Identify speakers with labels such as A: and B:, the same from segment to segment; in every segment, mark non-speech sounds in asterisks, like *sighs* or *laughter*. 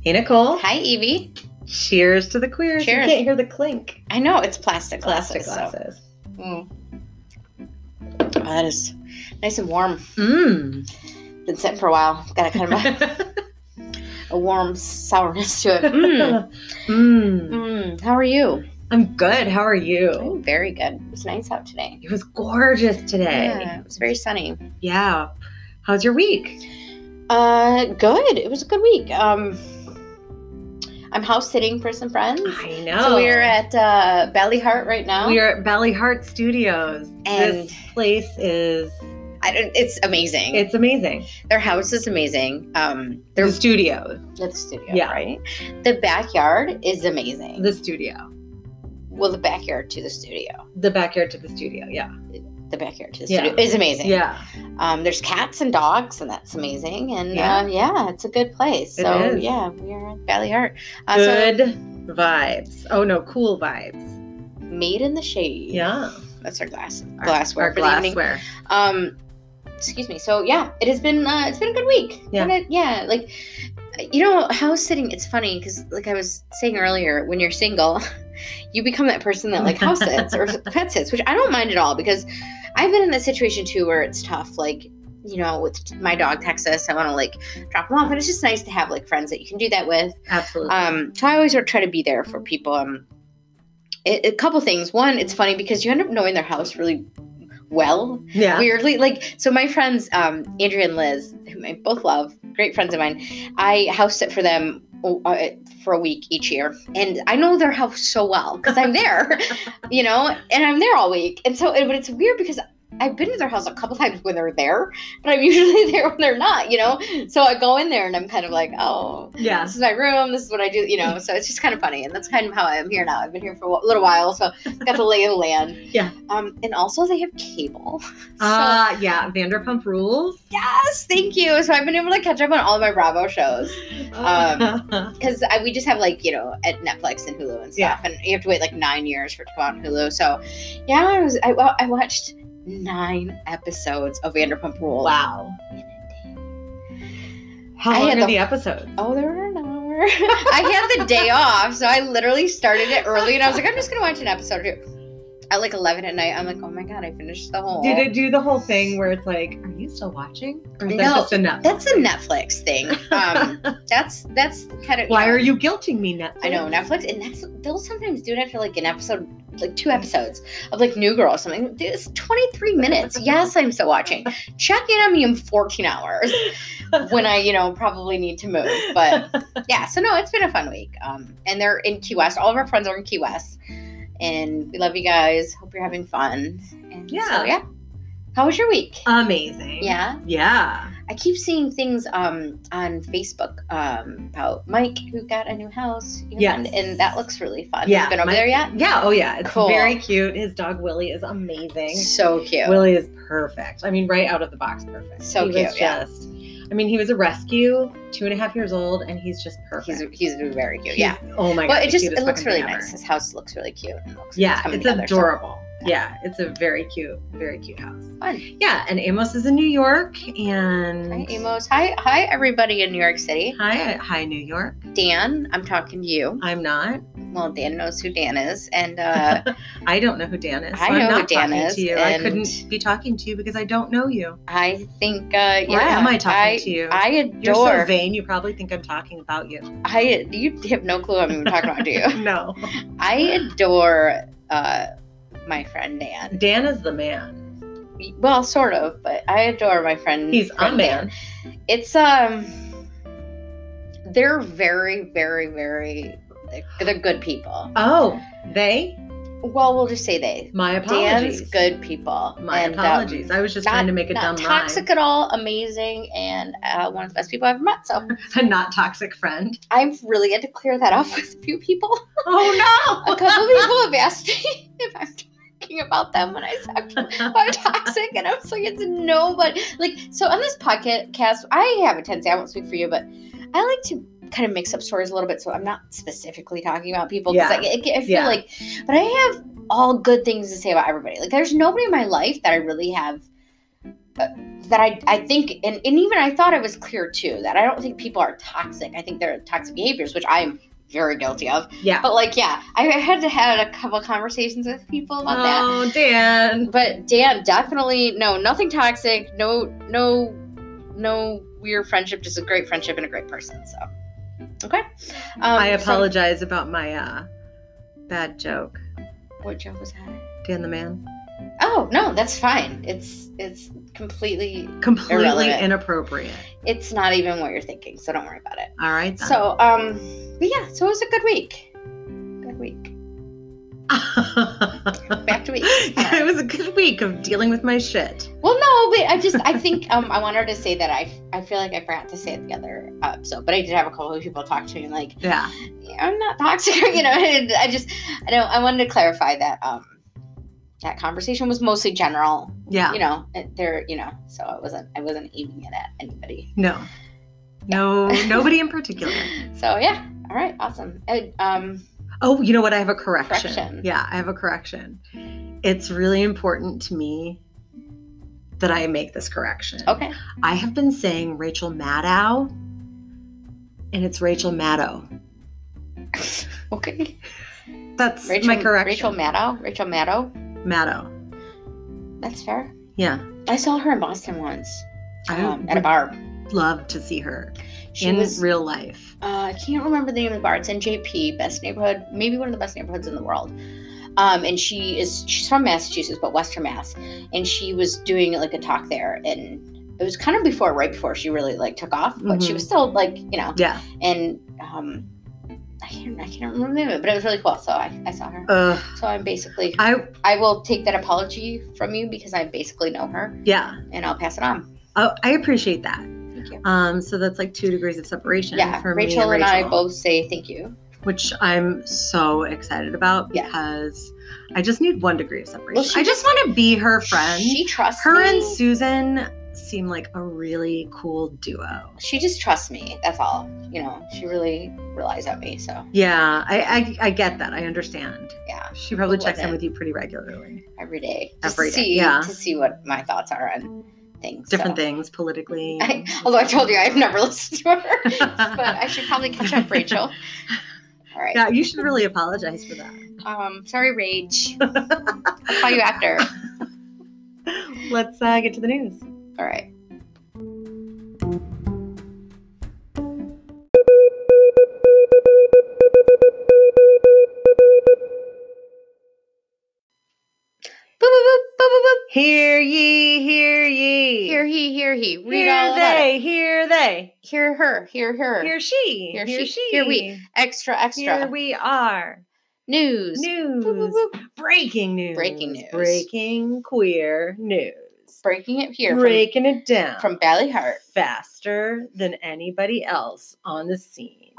A: Hey, Nicole.
B: Hi, Evie.
A: Cheers to the queers.
B: Cheers.
A: You can't hear the clink.
B: I know it's plastic
A: Plastic
B: glasses. so-
A: glasses.
B: Mm. Oh, that is nice and warm. Mm.
A: Mmm.
B: Been sitting for a while. Got a
A: *laughs*
B: kind of *laughs* a, a warm sourness to it. Mm.
A: Mmm. Mmm.
B: *laughs* Mm. How are you?
A: I'm good. How are you?
B: I'm very good. It was nice out today.
A: It was gorgeous today.
B: Yeah, it was very sunny.
A: Yeah. How's your week?
B: Uh, good. It was a good week. Um, I'm house sitting for some friends.
A: I know.
B: So we're at uh, Ballyhart right now.
A: we are at Valley Heart Studios.
B: And-
A: this place is
B: I don't, it's amazing.
A: it's amazing.
B: Their house is amazing. Um,
A: The
B: their
A: studio.
B: the studio,
A: Yeah.
B: right? The backyard is amazing.
A: The studio.
B: well, the backyard to the studio.
A: The backyard to the studio. Yeah.
B: The backyard to the
A: Yeah.
B: studio is amazing.
A: Yeah.
B: Um, there's cats and dogs, and that's amazing. And
A: Yeah.
B: yeah, uh, yeah it's a good place.
A: It
B: So
A: is.
B: yeah, we are at Ballyhart. Uh,
A: Good vibes. Oh no, cool vibes.
B: So made in the shade.
A: Yeah.
B: that's our glass
A: Our-
B: glassware
A: Our
B: for the evening.
A: glassware.
B: Um, excuse me. So yeah, it has been uh, it's been a good week.
A: Yeah.
B: Been a- yeah. Like you know, house sitting. It's funny because like I was saying earlier, when you're single, *laughs* you become that person that like house sits or pet sits, which I don't mind at all because I've been in that situation too where it's tough. Like you know, with my dog Texas, I want to like drop him off, and it's just nice to have like friends that you can do that with.
A: Absolutely.
B: Um, so I always try to be there for people. Um, a, a couple things. One, it's funny because you end up knowing their house really well.
A: yeah.
B: Weirdly, like so, my friends, um, Andrea and Liz, whom I both love, great friends of mine. I house sit for them oh, uh, for a week each year, and I know their house so well because I'm there, you know, and I'm there all week. And so, but it's weird because. I've been to their house a couple times when they're there, but I'm usually *laughs* there when they're not, you know? So I go in there and I'm kind of like, oh,
A: yeah.
B: this is my room. This is what I do. You know, so it's just kind of funny, and that's kind of how I'm here now. I've been here for a little while, so got the lay of the land.
A: Yeah.
B: Um, and also they have cable. So
A: Uh, yeah, Vanderpump Rules.
B: yes, thank you. So I've been able to catch up on all my Bravo shows
A: *laughs*
B: Um, because we just have like you know at Netflix and Hulu and stuff,
A: Yeah.
B: and you have to wait like nine years for it to come on Hulu. So yeah, I was I, well, I watched nine episodes of Vanderpump Rules.
A: wow. How
B: I
A: long
B: had
A: are
B: the-
A: the, episodes?
B: Oh, there were an hour. I had the
A: *laughs*
B: day off, so I literally started it early, and I was like, I'm just gonna watch an episode or two. At like 11 at night, I'm like, oh my god, I finished the whole.
A: Did it do the whole thing where it's like, are you still watching? Or is
B: No.
A: that just enough?
B: That's a Netflix thing. Um,
A: *laughs*
B: that's that's kind of.
A: Why are you guilting me, Netflix? *laughs*
B: I know Netflix, and that's they'll sometimes do it after like an episode, like two episodes of like New Girl or something. Dude, It's 23 minutes. Yes, I'm still watching. Check in on me in
A: *laughs*
B: 14 hours when I, you know, probably need to move, but. yeah, so no, it's been a fun week. Um, and they're in Key West. All of our friends are in Key West, and we love you guys. Hope you're having fun. And
A: Yeah.
B: so, yeah. How was your week?
A: Amazing.
B: yeah,
A: Yeah.
B: I keep seeing things um on Facebook um about Mike who got a new house. you know,
A: Yes.
B: and, and that looks really fun.
A: Yeah,
B: You've been over
A: Mike-
B: there yet?
A: Yeah. Oh, yeah. It's
B: Cool.
A: very cute. His dog Willie is amazing.
B: So cute.
A: Willie is perfect. I mean, right out of the box, perfect. he
B: So
A: Was
B: cute, yeah.
A: just, I mean, he was a rescue, two and a half years old, and he's just perfect.
B: he's he's very cute. Yeah.
A: He's- Oh my god.
B: Well, it
A: the
B: just
A: cutest
B: it looks
A: fucking
B: really
A: thing ever.
B: nice. His house looks really cute. and looks like
A: Yeah,
B: coming
A: it's
B: together, so
A: adorable. yeah, it's a very cute, very cute house.
B: fun.
A: Yeah, and Amos is in New York, and
B: Hi, Amos. Hi, hi, everybody in New York City.
A: Hi, hi, New York.
B: Dan, I'm talking to you.
A: I'm not.
B: well, Dan knows who Dan is, and uh,
A: *laughs* I don't know who Dan is. So
B: I
A: am
B: know who
A: not
B: Dan
A: talking
B: is,
A: To you. I
B: and-
A: couldn't be talking to you because I don't know you.
B: I think, uh, yeah,
A: Or am I talking
B: I,
A: to you?
B: I
A: You're so
B: adore.
A: vain. You probably think I'm talking about
B: *laughs*
A: you.
B: I you have no clue what I'm even talking about,
A: *laughs*
B: do you?
A: no,
B: I adore uh, my friend Dan.
A: Dan is the man.
B: Well, sort of, but I adore my friend.
A: He's a
B: friend
A: man.
B: It's um, they're very, very, very. They're, they're good people.
A: Oh, they.
B: Well, we'll just say they.
A: My apologies.
B: Dan's good people.
A: My
B: and, um,
A: apologies. I was just trying to make a
B: not
A: dumb
B: toxic at all, amazing, and uh, one of the best people I've ever met. So
A: rhyme. *laughs* A not toxic friend.
B: I've really had to clear that up *laughs* with a few people.
A: Oh *laughs*
B: A couple people have asked me *laughs* if I'm talking about them when I talk
A: no.
B: about toxic, and I was like, it's nobody. Like, so on this podcast, I have a tendency, I won't speak for you, but I like to kind of mix up stories a little bit, so I'm not specifically talking about people because
A: Yeah.
B: I, I feel
A: Yeah.
B: like, but I have all good things to say about everybody. Like, there's nobody in my life that I really have uh, that I, I think, and, and even I thought I was clear too, that I don't think people are toxic. I think they're toxic behaviors, which I'm very guilty of.
A: Yeah.
B: But like, yeah, I had to had a couple conversations with people about that.
A: Oh, Dan.
B: But Dan, definitely no, nothing toxic, no, no, no weird friendship, just a great friendship and a great person. So, okay. Um,
A: I
B: so-
A: apologize about my uh, bad joke.
B: what joke was that?
A: Dan the man.
B: Oh no, that's fine. It's it's completely.
A: Completely
B: Irrelevant.
A: inappropriate.
B: It's not even what you're thinking, so don't worry about it.
A: All right. *laughs* Then.
B: So, um, but yeah, so it was a good week. Good week. Back
A: *laughs*
B: to week.
A: it was a good week of dealing with my shit.
B: Well, no, but I just I think um I wanted to say that I I feel like I forgot to say it the other episode, but I did have a couple of people talk to me like
A: Yeah.
B: yeah, I'm not toxic, *laughs* you know. And I just I don't I wanted to clarify that um that conversation was mostly general,
A: Yeah.
B: you know. and There, you know, so I wasn't I wasn't aiming it at anybody.
A: No.
B: *laughs*
A: No, nobody in particular.
B: So yeah, all right, awesome. And, um,
A: Oh, you know what? I have a correction.
B: Correction.
A: Yeah, I have a correction. It's really important to me that I make this correction.
B: okay,
A: I have been saying Rachel Maddow, and it's Rachel Maddow.
B: okay.
A: That's
B: Rachel,
A: my correction.
B: Rachel Maddow, Rachel Maddow.
A: Maddow.
B: That's fair.
A: Yeah,
B: I saw her in Boston once
A: I
B: um, at a
A: would
B: bar.
A: love to see her
B: She
A: Oh, in
B: was.
A: real life.
B: uh, I can't remember the name of the bar. It's in JP, best neighborhood, maybe one of the best neighborhoods in the world. Um, and she is she's from Massachusetts, but Western Mass, and she was doing like a talk there, and it was kind of before, right before she really like took off, but she
A: Mhm.
B: was still like you know,
A: Yeah.
B: and um, I can't I can't remember the name of it, but it was really cool. So I, I saw her.
A: Uh,
B: So I'm basically
A: I
B: I will take that apology from you because I basically know her,
A: yeah.
B: and I'll pass it on.
A: Oh, I appreciate that.
B: Thank you.
A: Um, so that's like two degrees of separation
B: Yeah,
A: for me
B: Rachel
A: and
B: and
A: Rachel.
B: I both say thank you.
A: which I'm so excited about
B: Yeah.
A: because I just need one degree of separation.
B: Well, she
A: I just want to be her friend.
B: She trusts
A: her
B: me.
A: and Susan seem like a really cool duo.
B: she just trusts me. That's all. You know, she really relies on me. So
A: Yeah, I I, I get that. I understand.
B: yeah,
A: She probably
B: Who
A: checks in
B: wouldn't?
A: with you pretty regularly.
B: every day, just
A: Every
B: to
A: day,
B: see
A: yeah.
B: to see what my thoughts are on things.
A: Different
B: so.
A: things politically.
B: I, *laughs* although I told you I've never *laughs* listened to her, but I should probably catch up,
A: *laughs*
B: Rachel. All right.
A: Yeah, you should really apologize for that.
B: Um, sorry, Rach. I'll call you after.
A: Let's uh, get to the news.
B: All right. Boop, boop, boop, boop, boop, boop.
A: Hear ye, hear ye.
B: Here he, here he. Read
A: hear
B: all about it.
A: they, hear they.
B: Hear her, hear her.
A: Hear she.
B: Here she, here we, extra, extra.
A: Here we are.
B: News.
A: News.
B: Boop, boop, boop.
A: Breaking news.
B: Breaking news.
A: Breaking queer news.
B: Breaking it here from,
A: Breaking it down.
B: from Valley Heart.
A: Faster than anybody else on the scene.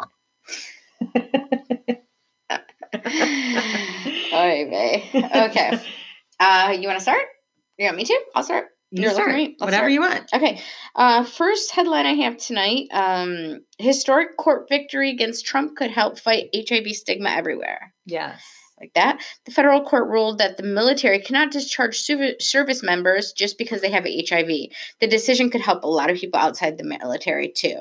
B: *laughs* Oy vey. Okay. Uh, you want to start? You want me to? I'll start.
A: You
B: You're looking
A: start.
B: at me. Let's
A: Whatever
B: start.
A: you want.
B: Okay. Uh, first headline I have tonight um, Historic court victory against Trump could help fight HIV stigma everywhere.
A: Yes.
B: Like that. The federal court ruled that the military cannot discharge suv- service members just because they have HIV. The decision could help a lot of people outside the military, too.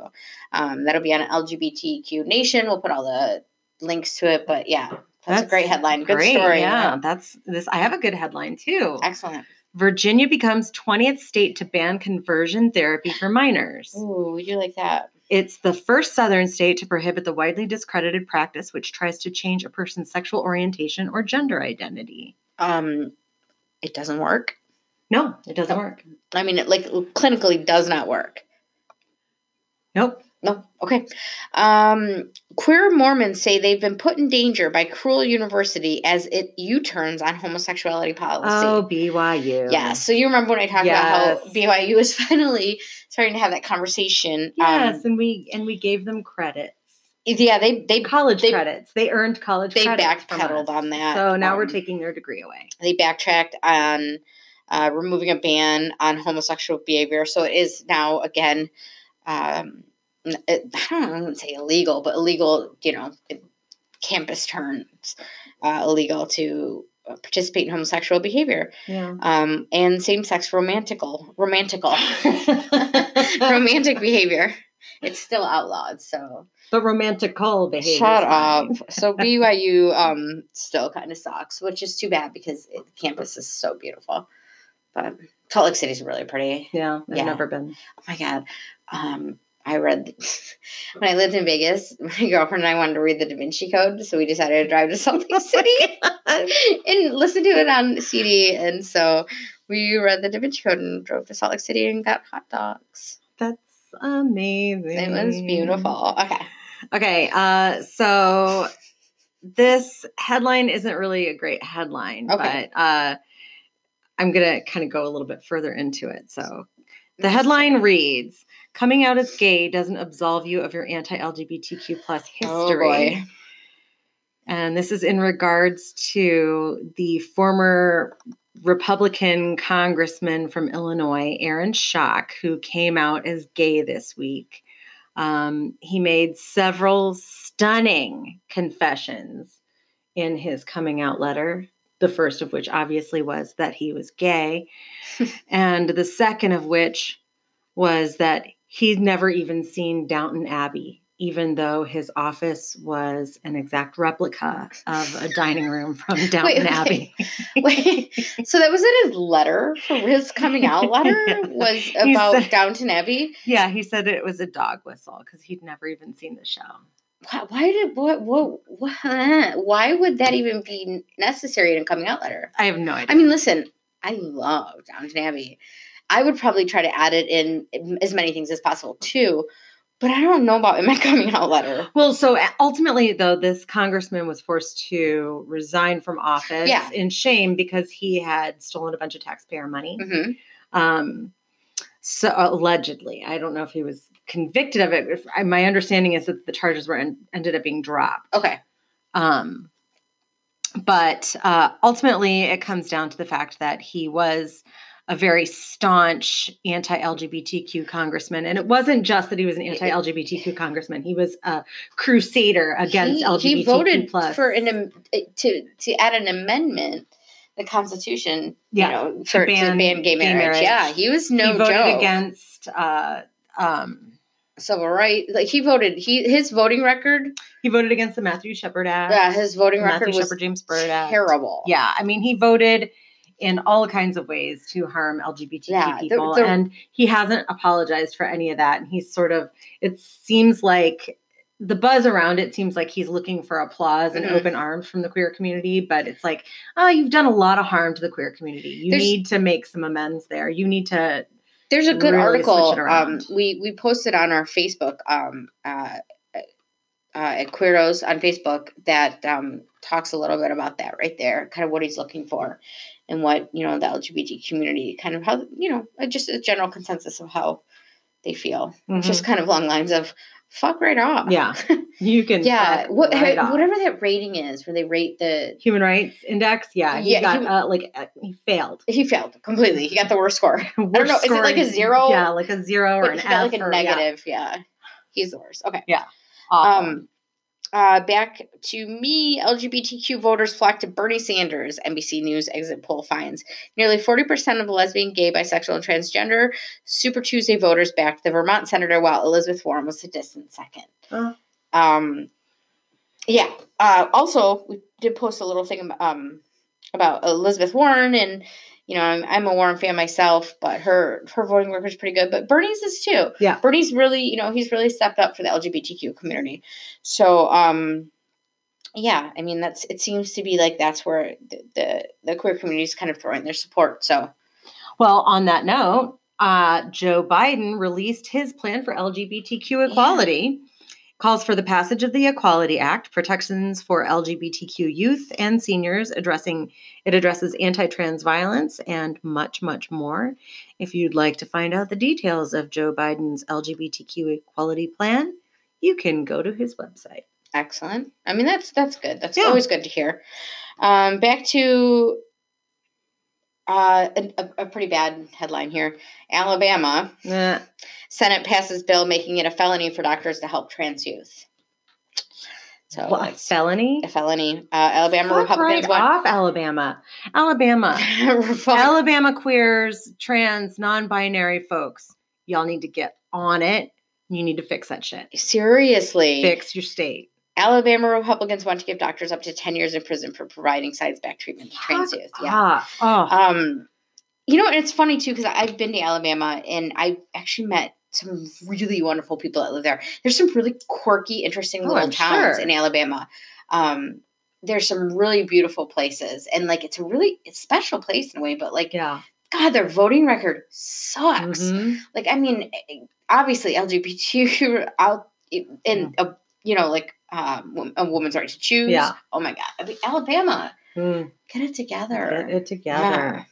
B: Um, that'll be on LGBTQ Nation. We'll put all the links to it. But yeah, that's, a
A: That's
B: great headline. Good
A: Great.
B: story.
A: Yeah, that's this. I have a good headline too.
B: Excellent.
A: Virginia becomes 20th state to ban conversion therapy for minors.
B: Ooh, you like that.
A: It's the first southern state to prohibit the widely discredited practice which tries to change a person's sexual orientation or gender identity.
B: Um, it doesn't work.
A: No, it doesn't
B: Nope.
A: work.
B: I mean, it like clinically does not work.
A: Nope.
B: No, okay. Um, queer Mormons say they've been put in danger by cruel university as it U turns on homosexuality policy.
A: Oh, BYU.
B: yeah. So you remember when I talked about how
A: Yes.
B: BYU is *laughs* finally starting to have that conversation?
A: Yes,
B: Um,
A: and we and we gave them credits.
B: yeah. They they
A: College
B: They-
A: credits. They earned college
B: they
A: credits. from
B: backpedaled
A: us.
B: on that,
A: So now we're
B: um,
A: taking their degree away.
B: they backtracked on uh, removing a ban on homosexual behavior. So it is now again, um, n- it, I don't know, I wouldn't say illegal, but illegal, you know, it- campus terms, uh, illegal to participate in homosexual behavior. *laughs*
A: Yeah.
B: Um, and same-sex romantical, romantical, *laughs*
A: *laughs*
B: romantic behavior. It's still outlawed. So
A: But romantical behavior.
B: shut up.
A: *laughs*
B: So BYU um, still kind of sucks, which is too bad because it, campus is so beautiful. But Salt Lake City's really pretty.
A: Yeah, I've
B: Yeah.
A: never been.
B: Oh my god. Um, I read *laughs* when I lived in Vegas. *laughs* My girlfriend and I wanted to read the Da Vinci Code, so we decided to drive
A: *laughs*
B: to Salt
A: Oh
B: Lake City *laughs* and listen to it on CD. And so we read the Da Vinci Code and drove to Salt Lake City and got hot dogs.
A: That's amazing.
B: It was beautiful. Okay,
A: Okay, uh, so this headline isn't really a great headline,
B: Okay.
A: but uh, I'm going to kind of go a little bit further into it. So the headline reads Coming out as gay doesn't absolve you of your anti LGBTQ plus history.
B: Oh, boy.
A: And this is in regards to the former Republican congressman from Illinois, Aaron Schock, who came out as gay this week. Um, he made several stunning confessions in his coming out letter. The first of which obviously was that he was gay, and the second of which was that he'd never even seen Downton Abbey, even though his office was an exact replica of a dining room from Downton
B: wait.
A: Abbey.
B: Wait, *laughs* so that was in his letter for his
A: *laughs*
B: coming out letter was
A: He
B: about
A: said-
B: Downton Abbey.
A: Yeah, he said it was a dog whistle because he'd never even seen the show.
B: Why, why did what, what what why would that even be necessary in a coming out letter?
A: I have no idea.
B: I mean, listen, I love Downton Abbey. I would probably try to add it in as many things as possible too, but I don't know about in my *laughs* coming out letter.
A: Well, so uh, ultimately, though, this congressman was forced to resign from office
B: Yeah.
A: in shame because he had stolen a bunch of taxpayer money.
B: hmm
A: Um, so allegedly, I don't know if he was convicted of it. If, I, my understanding is that the charges were en- ended up being dropped.
B: Okay,
A: Um, but uh, ultimately, it comes down to the fact that he was a very staunch anti LGBTQ congressman. And it wasn't just that he was an anti LGBTQ congressman, he was a crusader against
B: he,
A: LGBTQ.
B: he voted
A: plus.
B: for an am- to to add an amendment, the Constitution,
A: Yeah,
B: you know, for, to, ban
A: ban
B: gay, marriage.
A: marriage.
B: Yeah, he was no
A: he voted
B: joke.
A: against. Uh, um,
B: Civil right, like he voted. He his voting record,
A: he voted against the Matthew Shepard Act.
B: yeah, his voting
A: Matthew
B: record was
A: Shepard James Byrd Act.
B: terrible.
A: Yeah, I mean, he voted in all kinds of ways to harm LGBTQ
B: Yeah, the-
A: people,
B: the-
A: and he hasn't apologized for any of that. And he's sort of, it seems like the buzz around it seems like he's looking for applause
B: Mhm.
A: and open arms from the queer community, but it's like, oh, you've done a lot of harm to the queer community. You
B: There's-
A: need to make some amends there. You need to,
B: There's a good
A: really switch
B: article
A: it
B: um,
A: around.
B: we we posted on our Facebook um, uh, uh, at Queeros on Facebook that um, talks a little bit about that right there, kind of what he's looking for, and what you know the LGBT community kind of how you know uh, just a general consensus of how they feel, It's just kind of along lines of fuck right off,
A: Mm-hmm. *laughs* yeah, you can,
B: yeah,
A: fuck
B: what,
A: right off.
B: whatever that rating is where they rate the.
A: Human Rights Index, yeah, he
B: Yeah,
A: got
B: he-
A: uh, like uh, he failed.
B: He failed completely. He got the worst score.
A: I
B: know, is it like a zero?
A: Yeah, like a zero or
B: But
A: an
B: *laughs* he
A: F.
B: got like a
A: or- yeah,
B: negative. yeah. He's the worst. Okay.
A: awful.
B: Um, uh, back to me, LGBTQ voters flocked to Bernie Sanders, NBC News exit poll finds. Nearly 40% of lesbian, gay, bisexual, and transgender Super Tuesday voters backed the Vermont senator, while Elizabeth Warren was a distant second.
A: Huh.
B: Um, yeah. Uh, also, we did post a little thing ab- um, about Elizabeth Warren, and, you know, I'm, I'm a Warren fan myself, but her, her voting record's pretty good, but Bernie's is too.
A: Yeah.
B: Bernie's really, you know, he's really stepped up for the LGBTQ community. So, um, yeah, I mean, that's it seems to be like that's where the the, the queer community is kind of throwing their support. So,
A: Well, on that note, uh, Joe Biden released his plan for LGBTQ equality, calls for the passage of the Equality Act, protections for LGBTQ youth and seniors, addressing it addresses anti-trans violence and much, much more. If you'd like to find out the details of Joe Biden's LGBTQ equality plan, you can go to his website.
B: excellent. I mean, that's that's good. That's
A: Yeah.
B: always good to hear. Um, back to uh, a- a, a pretty bad headline here. Alabama
A: Nah,
B: Senate passes bill making it a felony for doctors to help trans youth. So
A: What, a
B: it's
A: felony?
B: a felony. Uh, Alabama
A: Fuck
B: Republicans
A: right off Alabama. Alabama.
B: *laughs* want Repu-
A: Alabama queers, trans, non-binary folks, y'all need to get on it. You need to fix that shit.
B: seriously.
A: Fix your state.
B: Alabama Republicans want to give doctors up to ten years in prison for providing science-backed treatment to trans
A: Fuck
B: youth. Yeah.
A: off. Oh,
B: Um, you know, and it's funny too because I've been to Alabama and I actually met some really wonderful people that live there. There's some really quirky, interesting
A: Oh,
B: little
A: I'm
B: towns
A: sure.
B: in Alabama. Um, there's some really beautiful places, and like it's a really it's a special place in a way. But like,
A: yeah.
B: God, their voting record sucks.
A: Mhm.
B: Like, I mean, obviously LGBTQ *laughs* out and uh, you know like um, wom- a woman's right to choose.
A: Yeah.
B: Oh my God, I mean, Alabama,
A: Mm.
B: get it together.
A: Get it together.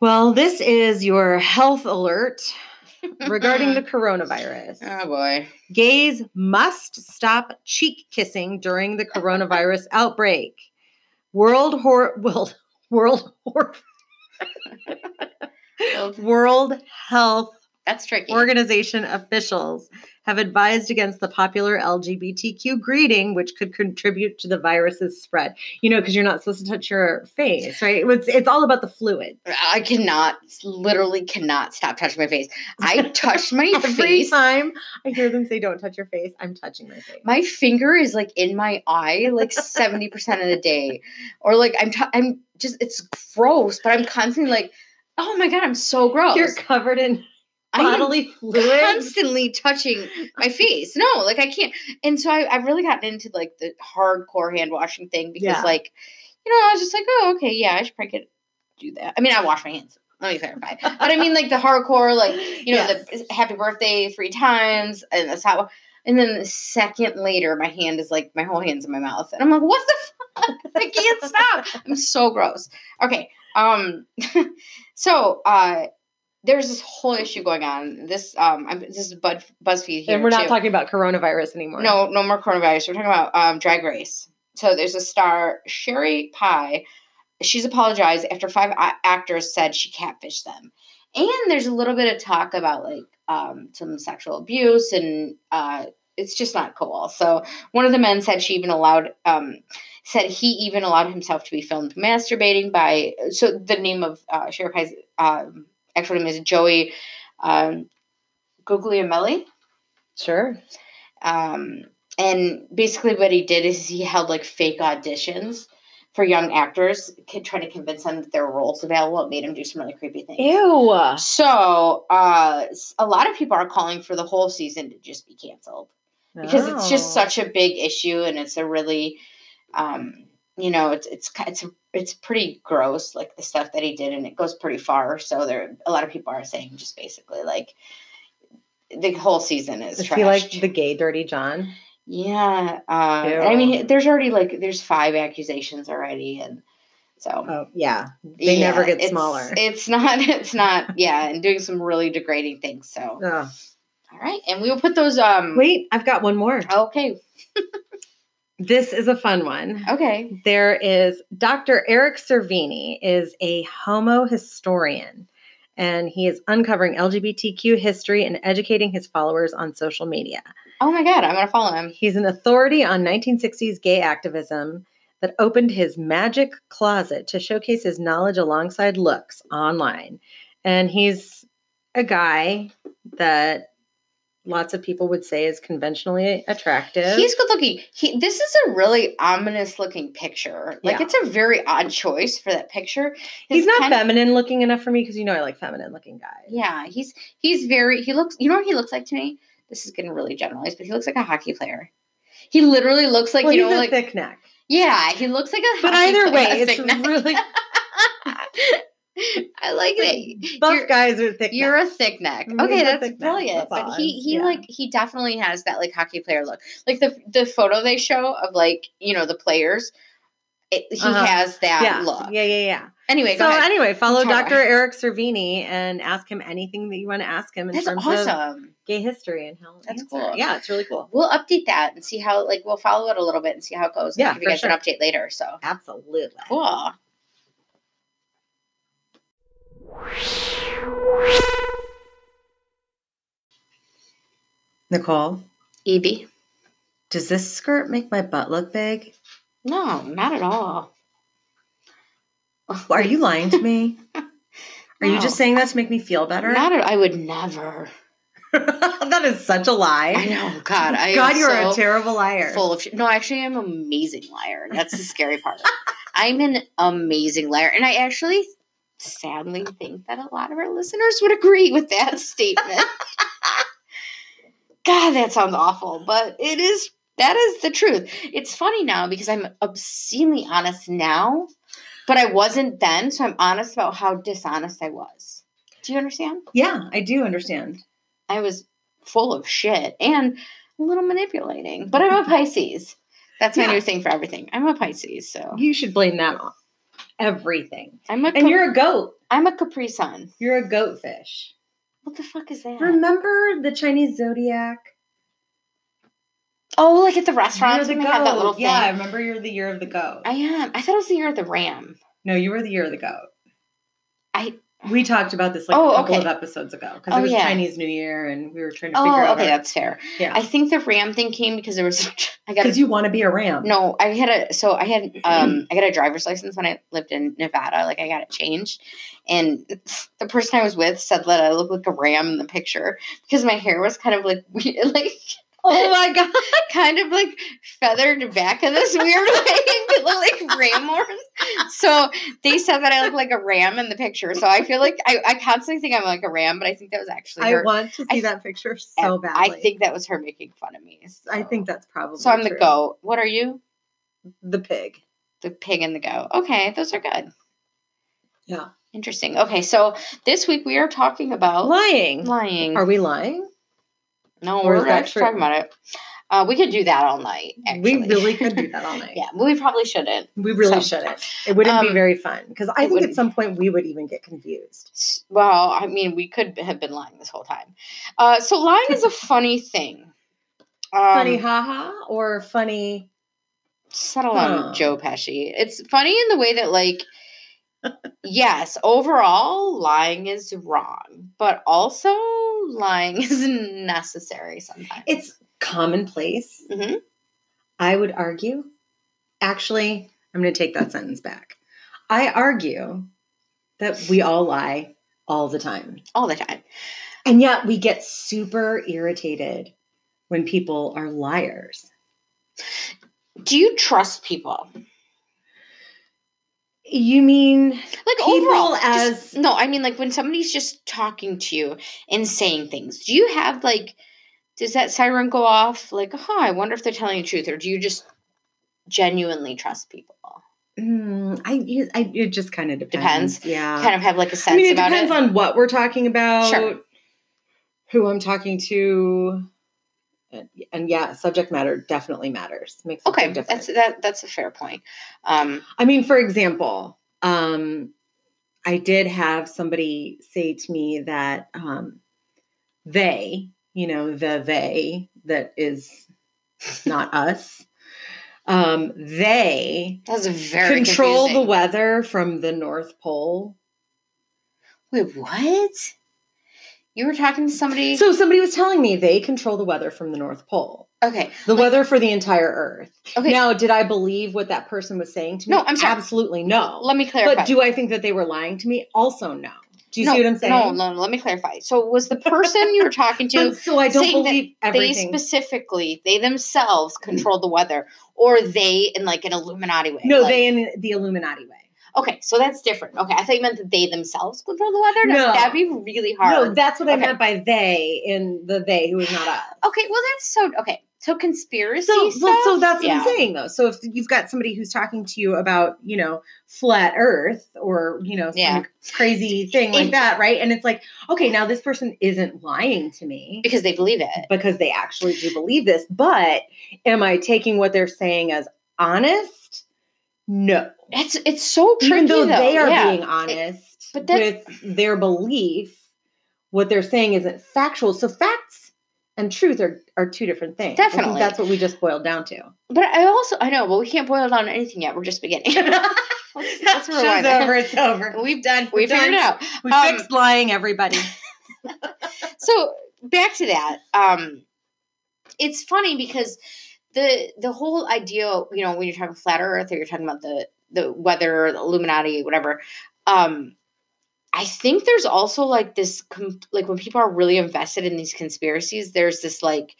A: Well, this is your health
B: *laughs*
A: alert regarding the coronavirus.
B: Oh boy.
A: Gays must stop cheek kissing during the
B: *laughs*
A: coronavirus outbreak. World Hor *laughs* World World Hor-
B: Well,
A: World Health
B: that's tricky.
A: Organization officials have advised against the popular LGBTQ greeting, which could contribute to the virus's spread. You know, because you're not supposed to touch your face, right? It's it's all about the
B: *laughs*
A: fluid.
B: I cannot, literally cannot stop touching my face.
A: *laughs*
B: I touched my
A: Every
B: face.
A: time I hear them say "Don't touch your face," I'm touching my face.
B: My finger is like in my eye,
A: *laughs*
B: like seventy percent of the day, or like I'm, t- I'm just it's gross. But I'm constantly like, oh my god, I'm so gross.
A: You're covered in
B: I am
A: bodily fluids.
B: constantly touching my face. No, like I can't. And so I, I've really gotten into like the hardcore hand washing thing because,
A: Yeah.
B: like, you know, I was just like, oh, okay, yeah, I should probably get, do that. I mean, I wash my hands. Let me clarify. But I mean, like the hardcore, like you know, the happy birthday three times, and that's how. And then the second later, my hand is like my whole hand's in my mouth, and I'm like, what the fuck? I can't stop. I'm so gross. Okay. Um. *laughs* so uh, there's this whole issue going on. This um, I'm, this is Bud BuzzFeed here.
A: and we're not
B: too.
A: talking about coronavirus anymore.
B: No, no more coronavirus. We're talking about um, Drag Race. So there's a star, Sherry Pie. She's apologized after five a- actors said she catfished them. And there's a little bit of talk about like um, some sexual abuse, and uh, it's just not cool. So one of the men said she even allowed, um, said he even allowed himself to be filmed masturbating by. So the name of uh, Sherry Pie's um, actual name is Joey um, Guglielmelli
A: Sure.
B: um, and basically what he did is he held like fake auditions for young actors ki- trying to convince them that there were roles available it made him do some really creepy things
A: Ew.
B: so uh, s- a lot of people are calling for the whole season to just be canceled because it's just
A: No.
B: such a big issue and it's a really um, you know it's it's ki- it's it's pretty gross like the stuff that he did and it goes pretty far so there a lot of people are saying just basically like the whole season is
A: Is he like
B: trashed.
A: the gay dirty John?
B: Yeah. Uh, and I
A: Ew.
B: mean, there's already like there's five accusations already, and so
A: Oh yeah. They never
B: yeah,
A: get
B: it's-
A: smaller.
B: It's not. *laughs* It's not. Yeah, and doing some really degrading things. So all
A: Ugh.
B: right, and we will put those. Um.
A: Wait, I've got one more.
B: Okay.
A: This is a fun one.
B: Okay.
A: There is Dr. Eric Cervini is a homo historian and he is uncovering LGBTQ history and educating his followers on social media.
B: Oh my God, I'm gonna follow him.
A: He's an authority on 1960s gay activism that opened his magic closet to showcase his knowledge alongside looks online. And he's a guy that lots of people would say is conventionally attractive.
B: He's good looking. He. This is a really ominous looking picture. Like
A: Yeah.
B: it's a very odd choice for that picture.
A: He's
B: It's
A: not
B: kind of-
A: feminine looking enough for me because you know I like feminine looking guys.
B: Yeah, he's he's very he looks you know what he looks like to me? This is getting really generalized, but he looks like a hockey player. He literally looks like
A: well,
B: you
A: he's
B: know
A: a
B: like
A: thick neck.
B: yeah, he looks like a
A: But
B: hockey
A: either way,
B: player, a
A: it's
B: *laughs* thick neck.
A: really
B: *laughs* I like it.
A: buff
B: You're-
A: guys are thick.
B: You're a
A: necks.
B: thick neck.
A: He's
B: Okay,
A: a
B: that's
A: thick neck,
B: brilliant.
A: that's
B: but
A: all.
B: he he
A: Yeah.
B: like he definitely has that like hockey player look. Like the the photo they show of like, you know, the players, it, he
A: Uh-huh.
B: has that
A: yeah.
B: look.
A: yeah, yeah, yeah.
B: Anyway,
A: so
B: go ahead.
A: anyway, follow
B: Sorry.
A: Dr. Eric Cervini and ask him anything that you want to ask him in
B: That's
A: terms of
B: awesome.
A: gay history and how
B: That's
A: answer.
B: cool.
A: Yeah, it's really cool.
B: we'll update that and see how like we'll follow it a little bit and see how it goes. and
A: Yeah,
B: give you
A: for
B: guys an
A: sure.
B: update later. So
A: Absolutely.
B: cool.
A: Nicole,
B: Evie.
A: Does this skirt make my butt look big?
B: No, not at all.
A: Are you lying to
B: *laughs*
A: me? Are you
B: No.
A: just saying that to make me feel better?
B: Not at, I would never.
A: *laughs* that is such a lie.
B: I know. God,
A: *laughs*
B: I
A: God,
B: am
A: you are
B: so
A: a terrible liar.
B: full of shit. No, actually, I'm an amazing liar. That's the scary part. I'm an amazing liar, and I actually sadly think that a lot of our listeners would agree with that statement. God, that sounds awful, but it is. That is the truth. It's funny now because I'm obscenely honest now, but I wasn't then, so I'm honest about how dishonest I was. Do you understand?
A: Yeah, I do understand.
B: I was full of shit and a little manipulating. But I'm a Pisces. That's my
A: Mm-hmm. Yeah.
B: new thing for everything. I'm a Pisces, so
A: You should blame that on everything.
B: I'm
A: *laughs*
B: a
A: And
B: Cap-
A: you're a goat.
B: I'm a Capri Sun.
A: You're a goat fish.
B: What the fuck is that?
A: Remember the Chinese zodiac?
B: oh, like at the restaurants
A: You're
B: when they have that
A: goat.
B: little
A: Yeah, I
B: thing.
A: remember you're the year of the goat.
B: I am. I thought it was the year of the ram.
A: no, you were the year of the goat.
B: I-
A: we talked about this like
B: Oh,
A: a couple
B: okay.
A: of episodes ago because
B: Oh,
A: it was
B: yeah.
A: Chinese New Year and we were trying to figure
B: Oh,
A: out.
B: okay,
A: our-
B: that's fair.
A: yeah,
B: I think the ram thing came because there was. *laughs* I got a
A: because you want to be a ram. *laughs*
B: No, I had a so I had um I got a driver's license when I lived in Nevada. Like I got it changed, and the person I was with said that I looked like a ram in the picture because my hair was kind of like *laughs* weird, like
A: Oh
B: *laughs*
A: my god.
B: kind of like feathered back in this weird way, *laughs* It looked like ram horns. So they said that I look like a ram in the picture. So I feel like I, I constantly think I'm like a ram, but I think that was actually
A: I
B: her.
A: want to see
B: I-
A: that picture so
B: I
A: badly.
B: think that was her making fun of me.
A: I
B: so-
A: think that's probably
B: so. I'm the
A: true.
B: goat. What are you?
A: the pig.
B: the pig and the goat. Okay, those are good.
A: Yeah.
B: Interesting. Okay, so this week we are talking about
A: Lying.
B: lying.
A: Are we lying?
B: no,
A: or is
B: we're
A: that
B: actually talking
A: true?
B: about it. Uh, we could do that all night. Actually.
A: We really
B: *laughs*
A: could do that all night.
B: yeah, but we probably shouldn't.
A: We really
B: So-
A: shouldn't. It wouldn't be
B: Um,
A: very fun because I
B: it
A: think
B: wouldn't.
A: at some point we would even get confused.
B: S- Well, I mean, we could have been lying this whole time. Uh, so lying is a funny thing. Um,
A: funny haha or funny
B: settle on
A: Huh.
B: Joe Pesci. It's funny in the way that, like, yes, overall, lying is wrong, but also lying *laughs* is necessary sometimes.
A: it's commonplace.
B: Mhm.
A: I would argue. Actually, I'm going to take that sentence back. I argue that we all lie all the time.
B: all the time.
A: And yet we get super irritated when people are liars.
B: Do you trust people?
A: You mean
B: Like
A: People
B: overall,
A: as-
B: just- no, I mean like when somebody's just talking to you and saying things. Do you have like, does that siren go off? Like, huh, I wonder if they're telling the truth, or do you just genuinely trust people?
A: mm, I, you- I it just kind of depends.
B: Depends.
A: Yeah.
B: kind of have like a sense
A: I mean, it
B: about
A: depends
B: it.
A: on what we're talking about,
B: Sure.
A: who I'm talking to, and, and yeah, subject matter definitely matters. Makes a
B: okay,
A: big difference.
B: that's that. That's a fair point. Um,
A: I mean, for example, um, I did have somebody say to me that um, they, you know, the they that is not
B: *laughs*
A: us, um, they
B: that was a very
A: control the
B: confusing-
A: weather from the North Pole.
B: Wait, what? You were talking to somebody.
A: So somebody was telling me they control the weather from the North Pole.
B: okay,
A: The weather for the entire Earth.
B: Okay.
A: Now, did I believe what that person was saying to me?
B: No, I'm sorry.
A: Absolutely no.
B: let me clarify.
A: but do I think that they were lying to me? Also no. Do you see what I'm saying?
B: No, no, no, let me clarify. So was the person you were talking
A: *laughs*
B: to
A: But so I don't
B: saying that
A: believe everything.
B: they specifically, they themselves controlled the weather, or they in like an Illuminati way?
A: no,
B: like-
A: they in the Illuminati way.
B: Okay, so that's different. Okay, I thought you meant that they themselves control the weather.
A: No.
B: That'd be really hard.
A: No, that's what I
B: Okay.
A: meant by they in the they who is
B: *sighs*
A: not us.
B: okay, well that's so okay. So conspiracy
A: So,
B: stuff.
A: well, so that's
B: yeah.
A: what I'm saying, though. So if you've got somebody who's talking to you about, you know, flat Earth or you know, some
B: Yeah.
A: crazy thing like
B: It-
A: that, right? And it's like, okay, now this person isn't lying to me
B: Because they believe it.
A: because they actually do believe this, but am I taking what they're saying as honest? No,
B: It's it's so tricky
A: even though, they are
B: yeah.
A: being honest
B: but that-
A: with their belief, what they're saying isn't factual. So facts and truth are are two different things. I think
B: Definitely.
A: that's what we just boiled down to.
B: But I also I know, but we can't boil down anything yet. We're just
A: *laughs*
B: beginning. let's, let's
A: Show's
B: rewind.
A: over. It's over.
B: We've done.
A: We're
B: We
A: done.
B: figured it out.
A: We
B: Um,
A: fixed lying, everybody.
B: So back to that. Um, it's funny because the the whole idea, you know, when you're talking flat Earth or you're talking about the the weather, the Illuminati, whatever. Um, I think there's also like this, com- like when people are really invested in these conspiracies, there's this like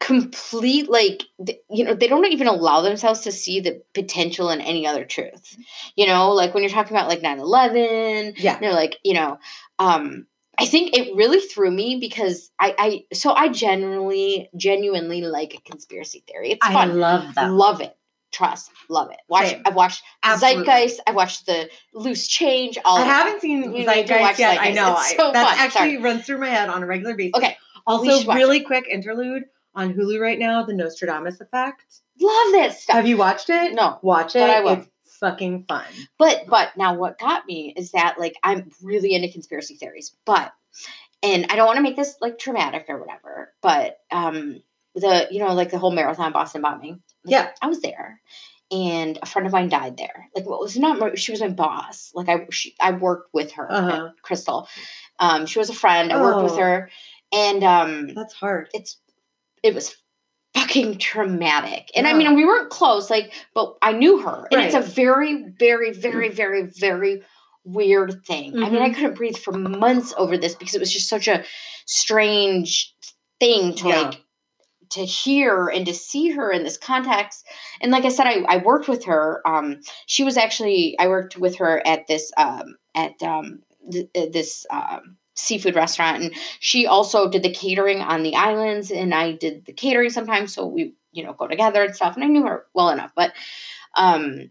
B: complete, like, th- you know, they don't even allow themselves to see the potential in any other truth. You know, like when you're talking about like 9 11,
A: Yeah.
B: they're like, you know, um, I think it really threw me because I, I, so I generally, genuinely like a conspiracy theory. It's
A: I
B: fun.
A: love them.
B: Love it. Trust. Love it. Watch.
A: Same.
B: I've watched
A: Absolutely.
B: Zeitgeist. I've watched the Loose Change. All
A: I
B: of it.
A: haven't seen
B: You need to watch
A: Zeitgeist yet. I
B: Zeitgeist.
A: know.
B: It's
A: I-
B: so
A: that's
B: fun.
A: actually runs through my head on a regular basis.
B: Okay.
A: Also,
B: should watch
A: really quick interlude on Hulu right now, The Nostradamus Effect.
B: Love that stuff.
A: Have you watched it?
B: No,
A: Watch it.
B: but I will.
A: It's fucking fun.
B: but but now what got me is that like I'm really into conspiracy theories, but and I don't want to make this like traumatic or whatever, but um the you know like the whole marathon Boston bombing. Like,
A: Yeah.
B: I was there. And a friend of mine died there. Like, what was not? my- She was my boss. Like, I she, I worked with her,
A: Uh-huh.
B: Crystal. Um, she was a friend. I worked
A: Oh.
B: with her, and um,
A: That's hard.
B: it's it was fucking traumatic. And I
A: Yeah.
B: mean, we weren't close, like, but I knew her. And it's a
A: Right.
B: very, very, very, very, very weird thing. I
A: Mm-hmm.
B: mean, I couldn't breathe for months over this because it was just such a strange thing to
A: Yeah.
B: like to hear and to see her in this context. And like I said, I, I worked with her. Um, she was actually I worked with her at this um at um th- uh, this um seafood restaurant and she also did the catering on the islands and I did the catering sometimes so we you know go together and stuff and I knew her well enough but um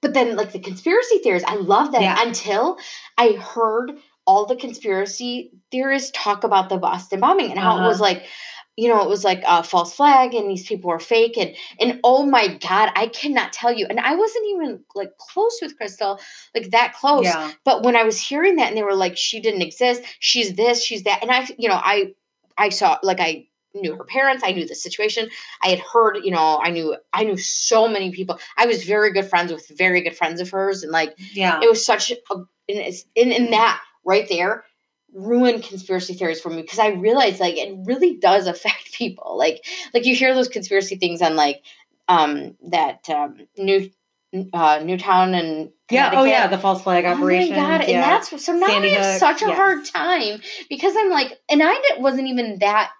B: but then like the conspiracy theories I love that
A: Yeah.
B: until I heard all the conspiracy theorists talk about the Boston bombing and how it was like you know it was like a false flag and these people were fake and and oh my god I cannot tell you and I wasn't even like close with Crystal like that close
A: yeah.
B: but when I was hearing that and they were like, she didn't exist, she's this, she's that. And I, you know, I, I saw, like, I knew her parents, I knew the situation. I had heard, you know, I knew, I knew so many people. I was very good friends with very good friends of hers. And like,
A: Yeah.
B: it was such a, and it's in, in that right there ruined conspiracy theories for me because I realized like it really does affect *laughs* people. Like, like you hear those conspiracy things on like, um, that, um, new, uh, Newtown and
A: yeah. Oh,
B: Connecticut.
A: yeah. The false flag operation.
B: Oh my god!
A: Yeah.
B: And that's so now
A: Sandy
B: I have
A: Hook,
B: such a
A: yes.
B: hard time because I'm like, and I did, wasn't even that.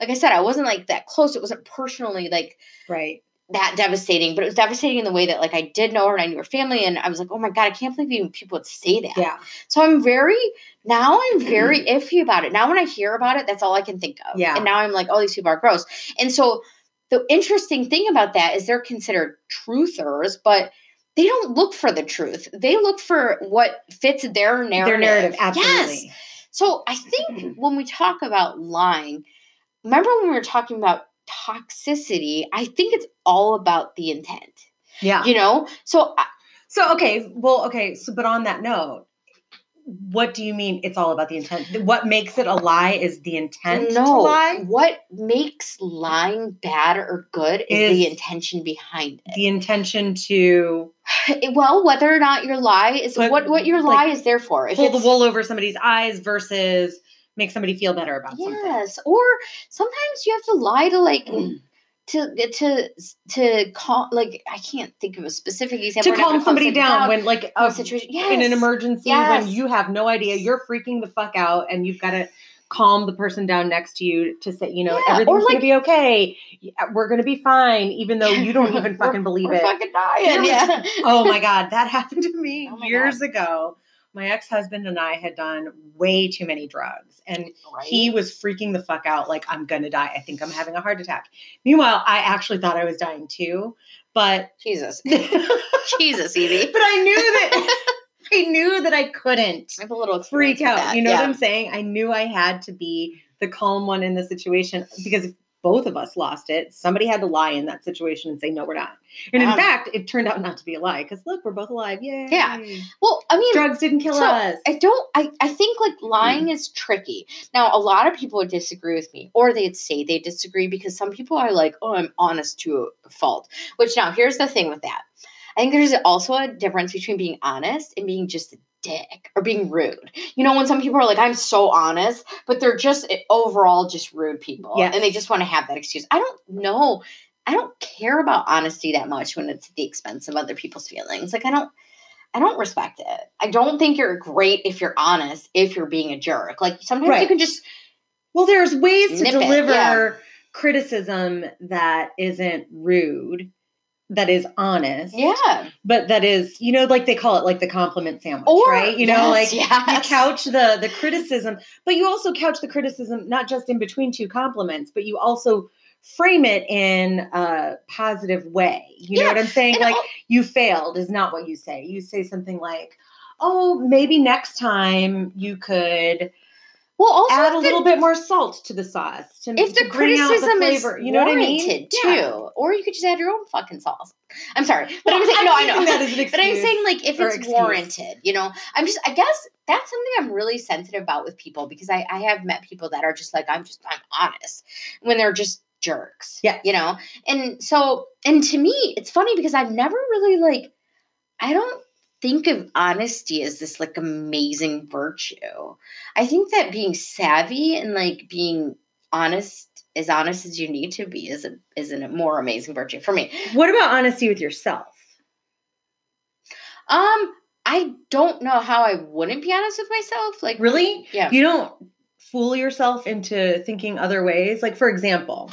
B: Like I said, I wasn't like that close. It wasn't personally like
A: right.
B: that devastating, but it was devastating in the way that like I did know her and I knew her family, and I was like, oh my god, I can't believe even people would say that.
A: Yeah.
B: So I'm very now I'm *clears throat* very iffy about it. Now when I hear about it, that's all I can think of.
A: Yeah.
B: And now I'm like, oh, these people are gross. And so the interesting thing about that is they're considered truthers, but they don't look for the truth. They look for what fits their narrative.
A: Their narrative.
B: Yes.
A: Absolutely.
B: So I *clears throat* think when we talk about lying, remember when we were talking about toxicity, I think it's all about the intent.
A: Yeah.
B: You know? So I-
A: So okay, well, okay. So, but on that note, what do you mean? It's all about the intent. What makes it a lie is the intent to
B: no,
A: lie.
B: what makes lying bad or good is,
A: Is-
B: the intention behind it.
A: The intention to
B: Well, whether or not your lie is
A: But,
B: what what your
A: like,
B: lie is there for. If
A: pull the
B: it's-
A: wool over somebody's eyes versus make somebody feel better about something. Mm.
B: Yes, or sometimes you have to lie to like to to to call like I can't think of a specific example
A: To
B: We're not
A: calm
B: gonna
A: somebody down, when, like,
B: in a
A: a,
B: situation.
A: in an
B: Yes.
A: emergency,
B: Yes.
A: when you have no idea, you're freaking the fuck out, and you've got to calm the person down next to you to say, you know,
B: Yeah, or
A: everything's gonna
B: like-
A: be okay. We're gonna be fine, even
B: *laughs*
A: though you don't even fucking believe
B: We're
A: it.
B: fucking dying.
A: Yeah.
B: Yeah.
A: oh my god, that happened to me
B: Oh my
A: years ago. My ex-husband and I had done way too many drugs and *laughs* he was freaking the fuck out like I'm going to die. I think I'm having a heart attack. Meanwhile, I actually thought I was dying too, but
B: Jesus,
A: *laughs* but I
B: Jesus,
A: knew *laughs*
B: Evie.
A: that *laughs* I knew that I couldn't
B: I have a little
A: freak
B: experience with
A: out.
B: that,
A: You know
B: yeah.
A: what I'm saying? I knew I had to be the calm one in the situation because if both of us lost it, somebody had to lie in that situation and say, no, we're not. And in
B: Yeah.
A: fact, it turned out not to be a lie because look, we're both alive. Yay.
B: Yeah. Well, I mean,
A: Drugs didn't kill
B: So,
A: us.
B: I don't I, I think like lying is tricky. Now a lot of people would disagree with me or they'd say they disagree because some people are like, "Oh, I'm honest to a fault." Which now here's the thing with that. I think there's also a difference between being honest and being just a dick or being rude. You know, when some people are like, I'm so honest, but they're just eh, overall just rude people.
A: Yes.
B: And they just want to have that excuse. I don't know. I don't care about honesty that much when it's at the expense of other people's feelings. Like I don't I don't respect it. I don't think you're great if you're honest, if you're being a jerk. Like sometimes
A: Right.
B: you can just
A: Well, there's ways to
B: Nip it,
A: deliver
B: yeah.
A: criticism that isn't rude, that is honest,
B: yeah.
A: but that is, you know, like they call it like the compliment sandwich,
B: Or
A: right? You know, like
B: Yes,
A: you
B: yes.
A: couch the the criticism, but you also couch the criticism not just in between two compliments, but you also frame it in a positive way. You
B: Yeah,
A: know what I'm saying?
B: And
A: like
B: al-
A: you failed is not what you say. You say something like, "Oh, maybe next time you could
B: well, also
A: add a
B: if the-
A: little bit more salt to the sauce to,
B: if the
A: to bring out
B: criticism
A: the
B: is
A: flavor." you know what I mean?
B: warranted, too, or you could just add your own fucking sauce. I'm sorry, but
A: Well,
B: I'm saying no. I
A: using
B: know.
A: that as an
B: *laughs* But I'm
A: excuse.
B: saying, like, if
A: or
B: it's
A: excuse.
B: warranted, you know, I'm just, I guess that's something I'm really sensitive about with people because I, I have met people that are just like, I'm just, I'm honest when they're just jerks.
A: Yes.
B: You know? And so, and to me, it's funny because I've never really, like, I don't think of honesty as this, like, amazing virtue. I think that being savvy and, like, being honest, as honest as you need to be is a is a more amazing virtue for me.
A: what about honesty with yourself?
B: Um, I don't know how I wouldn't be honest with myself. Like,
A: Really?
B: yeah.
A: you don't fool yourself into thinking other ways like for example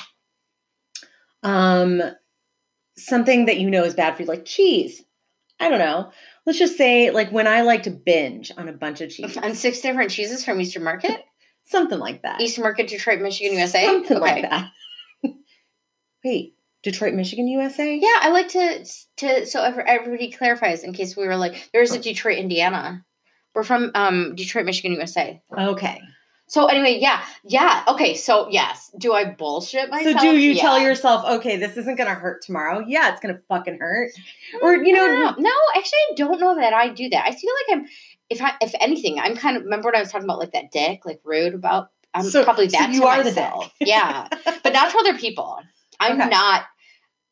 A: um something that you know is bad for you like cheese i don't know let's just say like when i like to binge on a bunch
B: *laughs*
A: of cheese
B: On six different cheeses from Eastern Market,
A: *laughs* something like that
B: Eastern Market, Detroit, Michigan, USA.
A: something
B: okay.
A: like that *laughs* wait detroit michigan usa
B: Yeah, I like to to so ever- everybody clarifies in case we were like there's a Detroit, Indiana. We're from um, Detroit, Michigan, USA.
A: okay
B: So anyway, yeah, yeah, okay. So yes, do I bullshit
A: so
B: myself?
A: do you tell
B: Yeah.
A: yourself okay this isn't gonna hurt tomorrow yeah it's gonna fucking hurt or, you know-
B: I don't no actually i don't know that i do that i feel like i'm if i if anything i'm kind of remember when i was talking about like that dick like rude about i'm
A: So-
B: probably
A: so
B: that
A: you
B: to
A: are the
B: myself yeah but not to other people i'm
A: Okay.
B: not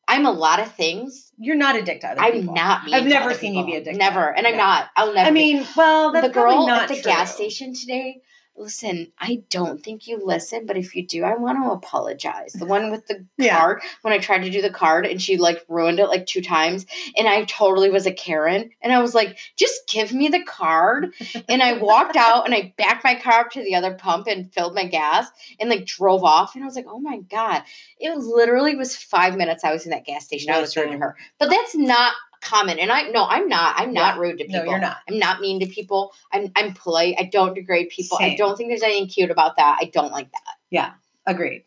B: i'm a lot of things
A: you're not addicted to other
B: i'm
A: people.
B: not mean
A: I've
B: to
A: never
B: other
A: seen you
B: people.
A: be a dickhead.
B: never and i'm
A: No.
B: not i'll never
A: i
B: be.
A: mean well that's
B: the girl
A: probably not
B: at the
A: true.
B: gas station today listen i don't think you listen but if you do i want to apologize the one with the
A: *laughs* yeah
B: card when I tried to do the card and she like ruined it like two times and I totally was a Karen and I was like just give me the
A: *laughs*
B: card and I walked out and I backed my car up to the other pump and filled my gas and like drove off and I was like oh my god it literally was 5 minutes I was in that gas station I was rude to
A: Listen.
B: her but that's not common and I no I'm not I'm not rude to
A: No,
B: people
A: you're not.
B: I'm not mean to people I'm I'm polite I don't degrade people I
A: Same.
B: don't think there's anything cute about that I don't like that
A: Agreed.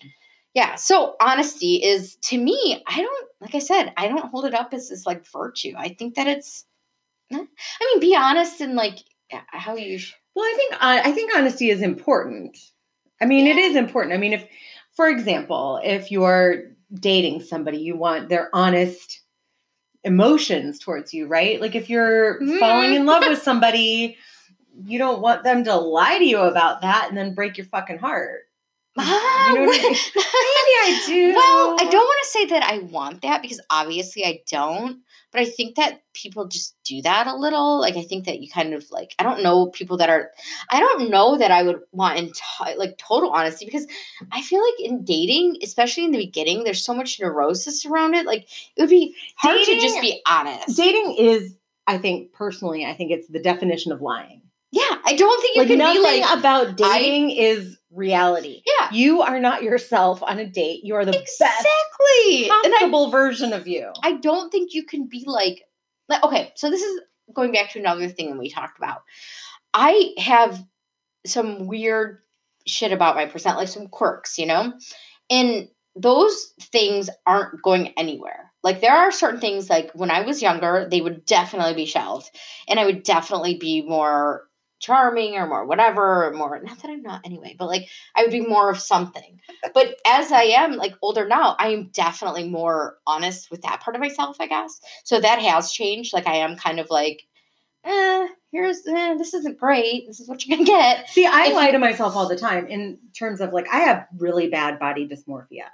B: yeah so honesty is to me i don't like i said i don't hold it up as this like virtue i think that it's i mean be honest and like how you sh-
A: Well, I think uh, I think honesty is important. I mean, it is important. I mean, if, for example, if you're dating somebody, you want their honest emotions towards you, right? Like if you're
B: Mm.
A: falling in love
B: *laughs*
A: with somebody, you don't want them to lie to you about that and then break your fucking heart.
B: Mom,
A: You know what I *laughs* mean? Maybe Ah, I do.
B: well i don't want to say that i want that because obviously i don't but i think that people just do that a little like i think that you kind of like i don't know people that are i don't know that i would want in like total honesty because i feel like in dating especially in the beginning there's so much neurosis around it like it would be hard
A: Dating-
B: to just be honest
A: Dating is, I think, personally, I think it's the definition of lying.
B: yeah i don't think you
A: like
B: can
A: nothing
B: be like
A: about
B: I-
A: dating is reality.
B: yeah
A: You are not yourself on a date. You are the
B: exactly
A: best
B: and i
A: possible version of you.
B: I don't think you can be like, like okay, so this is going back to another thing that we talked about. I have some weird shit about my percent, like some quirks, you know? And those things aren't going anywhere. Like there are certain things like when I was younger, they would definitely be shelved. And I would definitely be more charming or more whatever or more not that I'm not anyway, but like I would be more of something. But as I am like older now, I am definitely more honest with that part of myself, I guess. So that has changed. Like I am kind of like, eh, here's eh, this isn't great. This is what you're gonna get.
A: See, I
B: If
A: lie
B: you-
A: to myself all the time in terms of like I have really bad body dysmorphia.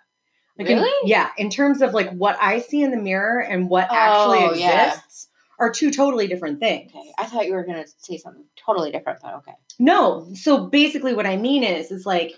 A: Like in-
B: Really?
A: yeah, in terms of like what I see in the mirror and what actually
B: Oh, yeah.
A: exists are two totally different things.
B: Okay. I thought you were going to say something totally different, but okay.
A: No. So basically, what I mean is, is like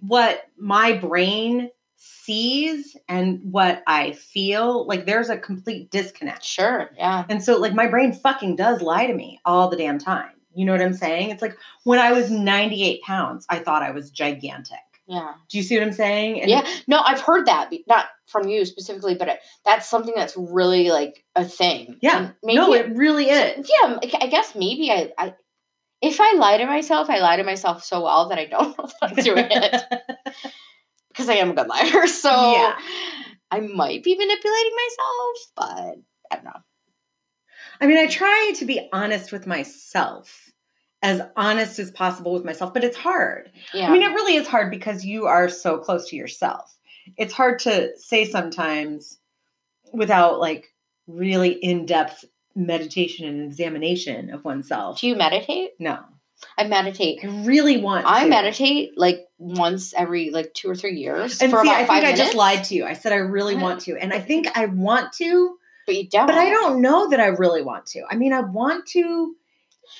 A: what my brain sees and what I feel, like there's a complete disconnect.
B: Sure. Yeah.
A: And so, like, my brain fucking does lie to me all the damn time. You know what I'm saying? It's like when I was 98 pounds, I thought I was gigantic.
B: Yeah.
A: Do you see what I'm saying? And
B: yeah. No, I've heard that, be- not from you specifically, but it, that's something that's really like a thing.
A: Yeah.
B: And
A: No, it really is.
B: yeah. I I guess maybe I, I, if I lie to myself, I lie to myself so well that I don't know that I'm doing
A: *laughs*
B: it because I am a good liar. *laughs* So
A: Yeah.
B: I might be manipulating myself, but I don't know.
A: I mean, I try to be honest with myself, as honest as possible with myself, but it's hard.
B: Yeah.
A: I mean, it really is hard because you are so close to yourself. It's hard to say sometimes without like really in depth meditation and examination of oneself.
B: Do you meditate?
A: No,
B: I meditate.
A: I really want.
B: I
A: to.
B: meditate like once every like two or three years
A: And
B: for
A: see,
B: about
A: I think
B: five
A: I
B: minutes.
A: just lied to you. I said I really
B: Yeah.
A: want to, and I think I want to,
B: but you don't.
A: but I don't know that I really want to. I mean, I want to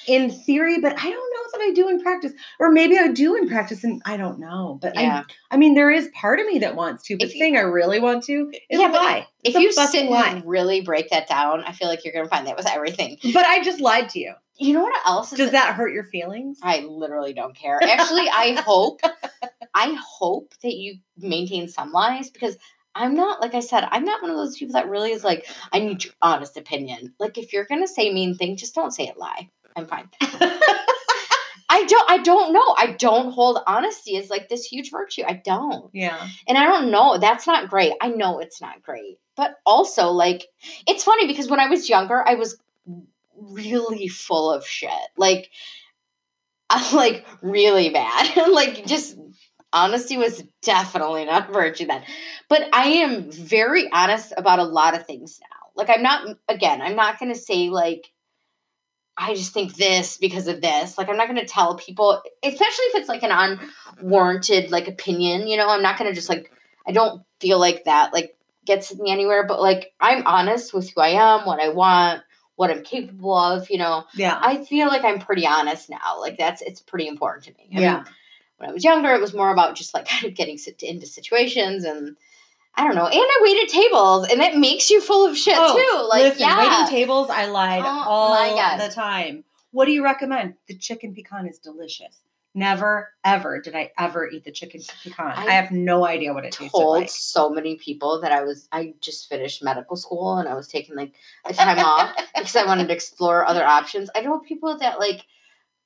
A: in theory, but I don't know that I do in practice. Or maybe I do in practice, and I don't know. But
B: Yeah.
A: I, I mean, there is part of me that wants to, but
B: If you-
A: saying I really want to is
B: Yeah,
A: a
B: but
A: lie. It's
B: If
A: a
B: you
A: fucking
B: sit
A: lie.
B: and really break that down, I feel like you're gonna find that with everything.
A: But I just lied to you.
B: You know what else? Is
A: Does that hurt your feelings?
B: *laughs* I literally don't care. Actually, I hope, I hope that you maintain some lies because I'm not, like I said, I'm not one of those people that really is like, I need your honest opinion. Like, if you're gonna say a mean thing, just don't say it lie. I'm fine. I don't, I don't know. I don't hold honesty as like this huge virtue. I don't.
A: Yeah.
B: And I don't know. That's not great. I know it's not great. But also, like, it's funny because when I was younger, I was really full of shit. Like, *laughs* I- like really bad. *laughs* like, just honesty was definitely not a virtue then. But I am very honest about a lot of things now. Like, I'm not, again, I'm not going to say, like, I just think this because of this. Like, I'm not going to tell people, especially if it's like an unwarranted like opinion. You know, I'm not going to just like. I don't feel like that like gets me anywhere. But like, I'm honest with who I am, what I want, what I'm capable of. You know,
A: Yeah.
B: I feel like I'm pretty honest now. Like that's it's pretty important to me. I mean,
A: Yeah.
B: when I was younger, it was more about just like *laughs* kind of getting sit- into situations and. I don't know. And I waited tables, and that makes you full of *laughs* shit
A: Oh,
B: too. Like,
A: listen,
B: yeah.
A: waiting tables, I lied
B: Oh,
A: all
B: my God.
A: the time. What do you recommend? The chicken pecan is delicious. Never, ever did I ever eat the chicken pecan. I,
B: I
A: have no idea what it tasted
B: told
A: like.
B: so many people that I was I just finished medical school and I was taking like a time off because I wanted to explore other options. I know people that like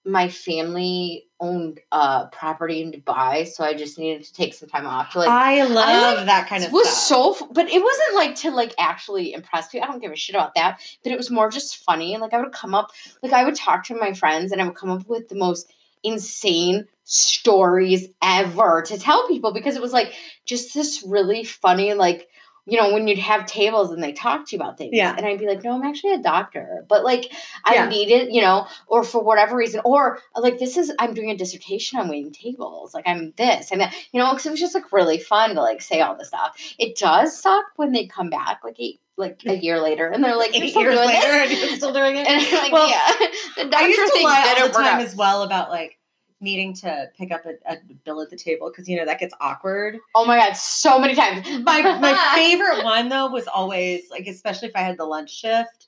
B: my family owned uh property in Dubai, so I just needed to take some time off to like
A: I love
B: like,
A: that kind of
B: it was
A: stuff.
B: so f- but it wasn't like to like actually impress people i don't give a shit about that but it was more just funny like i would come up like i would talk to my friends and i would come up with the most insane stories ever to tell people because it was like just this really funny like you know when you'd have tables and they talk to you about things
A: Yeah.
B: and i'd be like no i'm actually a doctor but like i
A: Yeah.
B: need it you know or for whatever reason or like this is i'm doing a dissertation on waiting tables like i'm this and that you know because it was just like really fun to like say all this stuff it does suck when they come back like eight like a year later and
A: *laughs*
B: they're like you're
A: *laughs* Eight
B: still
A: years
B: doing
A: later,
B: this?
A: and you're still doing it.
B: *laughs* and like
A: well,
B: yeah *laughs* the doctor
A: I used to
B: thing
A: lie all
B: didn't
A: the
B: work
A: time
B: out.
A: as well about like needing to pick up a, a bill at the table because you know that gets
B: *laughs*
A: awkward.
B: oh my god so many times
A: *laughs* my my
B: *laughs*
A: favorite one though was always like especially if I had the lunch shift,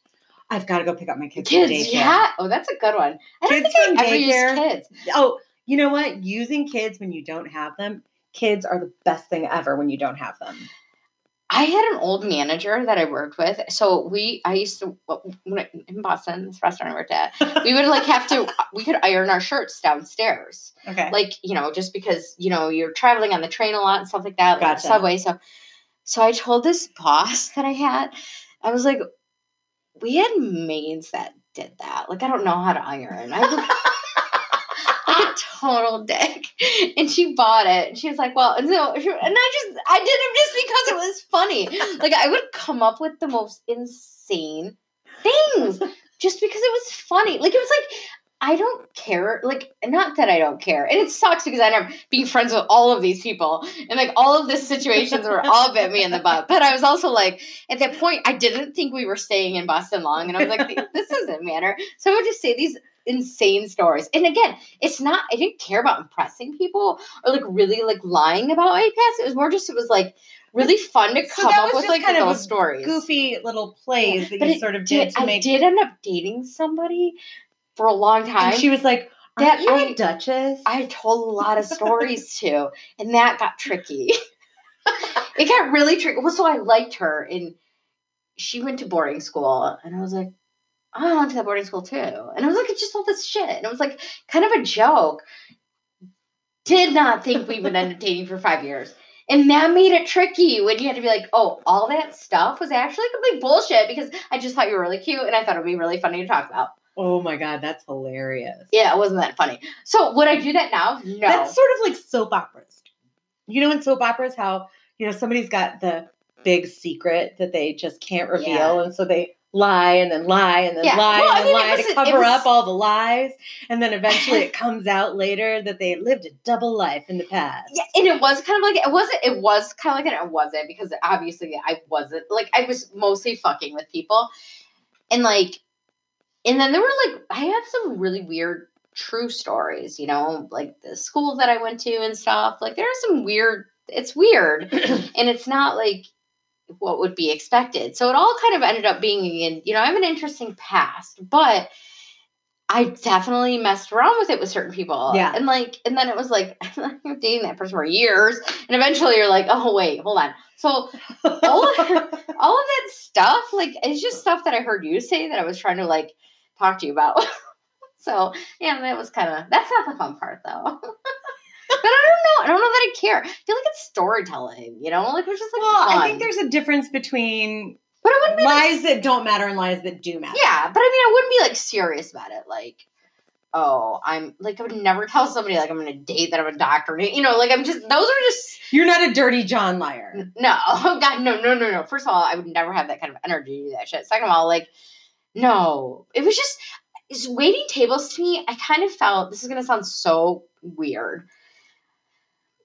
A: I've got to go pick up my kids, from
B: kids
A: daycare.
B: yeah oh that's a good one i don't
A: Kids
B: think
A: from
B: i ever used
A: daycare.
B: kids
A: Oh, you know what? Using kids when you don't have them, kids are the best thing ever when you don't have them.
B: *laughs* I had an old manager that I worked with. So we, I used to when I, in Boston, this restaurant I worked at. We would like have to, *laughs* we could iron our shirts downstairs,
A: Okay.
B: like you know, just because you know you're traveling on the train a lot and stuff like that, like
A: Gotcha.
B: subway. So, so I told this boss *laughs* that I had, I was like, we had maids that did that. Like I don't know how to iron. I *laughs* look like a total dick. And she bought it. And she was like, well, and so and I just I did it just because it was funny. Like I would come up with the most insane things just because it was funny. Like it was like I don't care. Like, not that I don't care. And it sucks because I end up being friends with all of these people. And like all of the situations were all bit me in the butt. But I was also like, at that point, I didn't think we were staying in Boston long. And I was like, this doesn't matter. So I would just say these insane stories. And again, it's not, I didn't care about impressing people or like really like lying about APS. It was more just, it was like really fun to
A: So
B: come
A: that
B: up
A: was
B: with
A: just
B: like
A: kind of
B: little
A: a
B: stories.
A: Goofy little plays that
B: But
A: you
B: it
A: sort of did,
B: Dude,
A: to
B: I
A: make.
B: did end up dating somebody for a long time.
A: and she was like,
B: That
A: "Aren't you
B: I-
A: a duchess?"
B: I told a lot of stories too, and that got tricky. *laughs* it got really tricky. Well, so I liked her, and she went to boarding school, and I was like, oh, I went to that boarding school too. And I was like, it's just all this shit. And it was like kind of a joke. Did not think we would end up dating for five years. And that made it tricky when you had to be like, oh, all that stuff was actually complete bullshit because I just thought you were really cute and I thought it would be really funny to talk about.
A: oh my god, that's hilarious.
B: Yeah, it wasn't that funny. So would I do that now? No.
A: That's sort of like soap operas. You know, in soap operas, how you know somebody's got the big secret that they just can't reveal,
B: Yeah.
A: and so they lie and then lie and then
B: Yeah.
A: lie
B: Well, I
A: and then
B: mean, it
A: lie
B: was-
A: to
B: it
A: cover
B: was-
A: up all the lies, and then
B: *laughs*
A: eventually it comes out later that they lived a double life in the past.
B: Yeah, and it was kind of like it wasn't. It was kind of like it. It wasn't because obviously I wasn't like I was mostly fucking with people, and like, and then there were like I have some really weird true stories, you know, like the school that I went to and stuff. Like there are some weird. It's weird, and it's not like what would be expected. So it all kind of ended up being in. You know, I have an interesting past, but. I definitely messed around with it with certain people.
A: Yeah.
B: And like, and then it was like, *laughs* I'm dating that person for years. And eventually you're like, oh, wait, hold on. So all of, *laughs* all of that stuff, like, it's just stuff that I heard you say that I was trying to like talk to you about. *laughs* so yeah, that was kind of, that's not the fun part though. *laughs* but I don't know. I don't know that I care. I feel like it's storytelling, you know? Like, it's
A: *laughs*
B: just like,
A: well, I
B: fun.
A: think there's a difference between
B: but I wouldn't be like,
A: lies that don't matter and lies that do matter.
B: Yeah, but I mean, I wouldn't be like serious about it. Like, oh, I'm like, I would never tell somebody like I'm gonna date that I'm a doctor. You know, like I'm just those are just
A: You're not a dirty John liar.
B: no, *laughs* oh God, no, no, no, no. First of all, I would never have that kind of energy to do that shit. Second of all, like, no, it was just it's waiting tables to me. I kind of felt this is gonna sound so weird.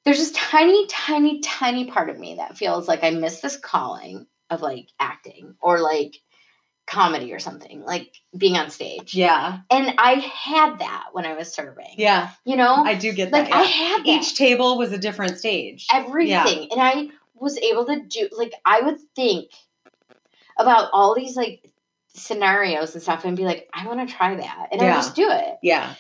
B: There's this tiny, tiny, tiny part of me that feels like I miss this calling of like acting or like comedy or something, like being on stage.
A: Yeah.
B: And I had that when I was serving.
A: Yeah.
B: You know?
A: I do get
B: like
A: that. yeah.
B: I had that.
A: Each table was a different stage.
B: everything. And I was able to do like I would think about all these like scenarios and stuff and be like, I wanna try that. And I
A: Yeah.
B: would just do it.
A: Yeah.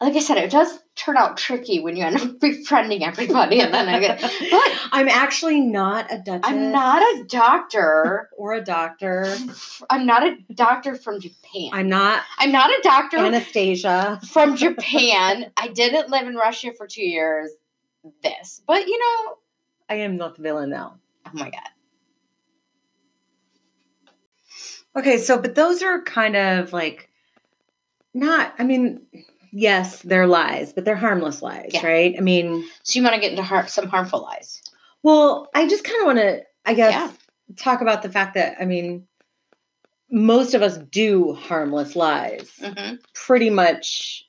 B: Like I said, it does turn out tricky when you end up *laughs* befriending everybody and then I get but
A: I'm actually not a duchess.
B: I'm not a doctor.
A: or a doctor.
B: I'm not a doctor from Japan. I'm,
A: I'm not
B: not a doctor
A: Anastasia.
B: from Japan. I didn't live in Russia for two years. This, but you know,
A: I am not the villain now.
B: oh my god,
A: Okay, so but those are kind of like not I mean, yes, they're lies, but they're harmless lies,
B: Yeah.
A: right? I mean,
B: so you want to get into har- some harmful lies?
A: Well, I just kind of want to, I guess,
B: Yeah.
A: talk about the fact that, I mean, most of us do harmless lies
B: Mm-hmm.
A: pretty much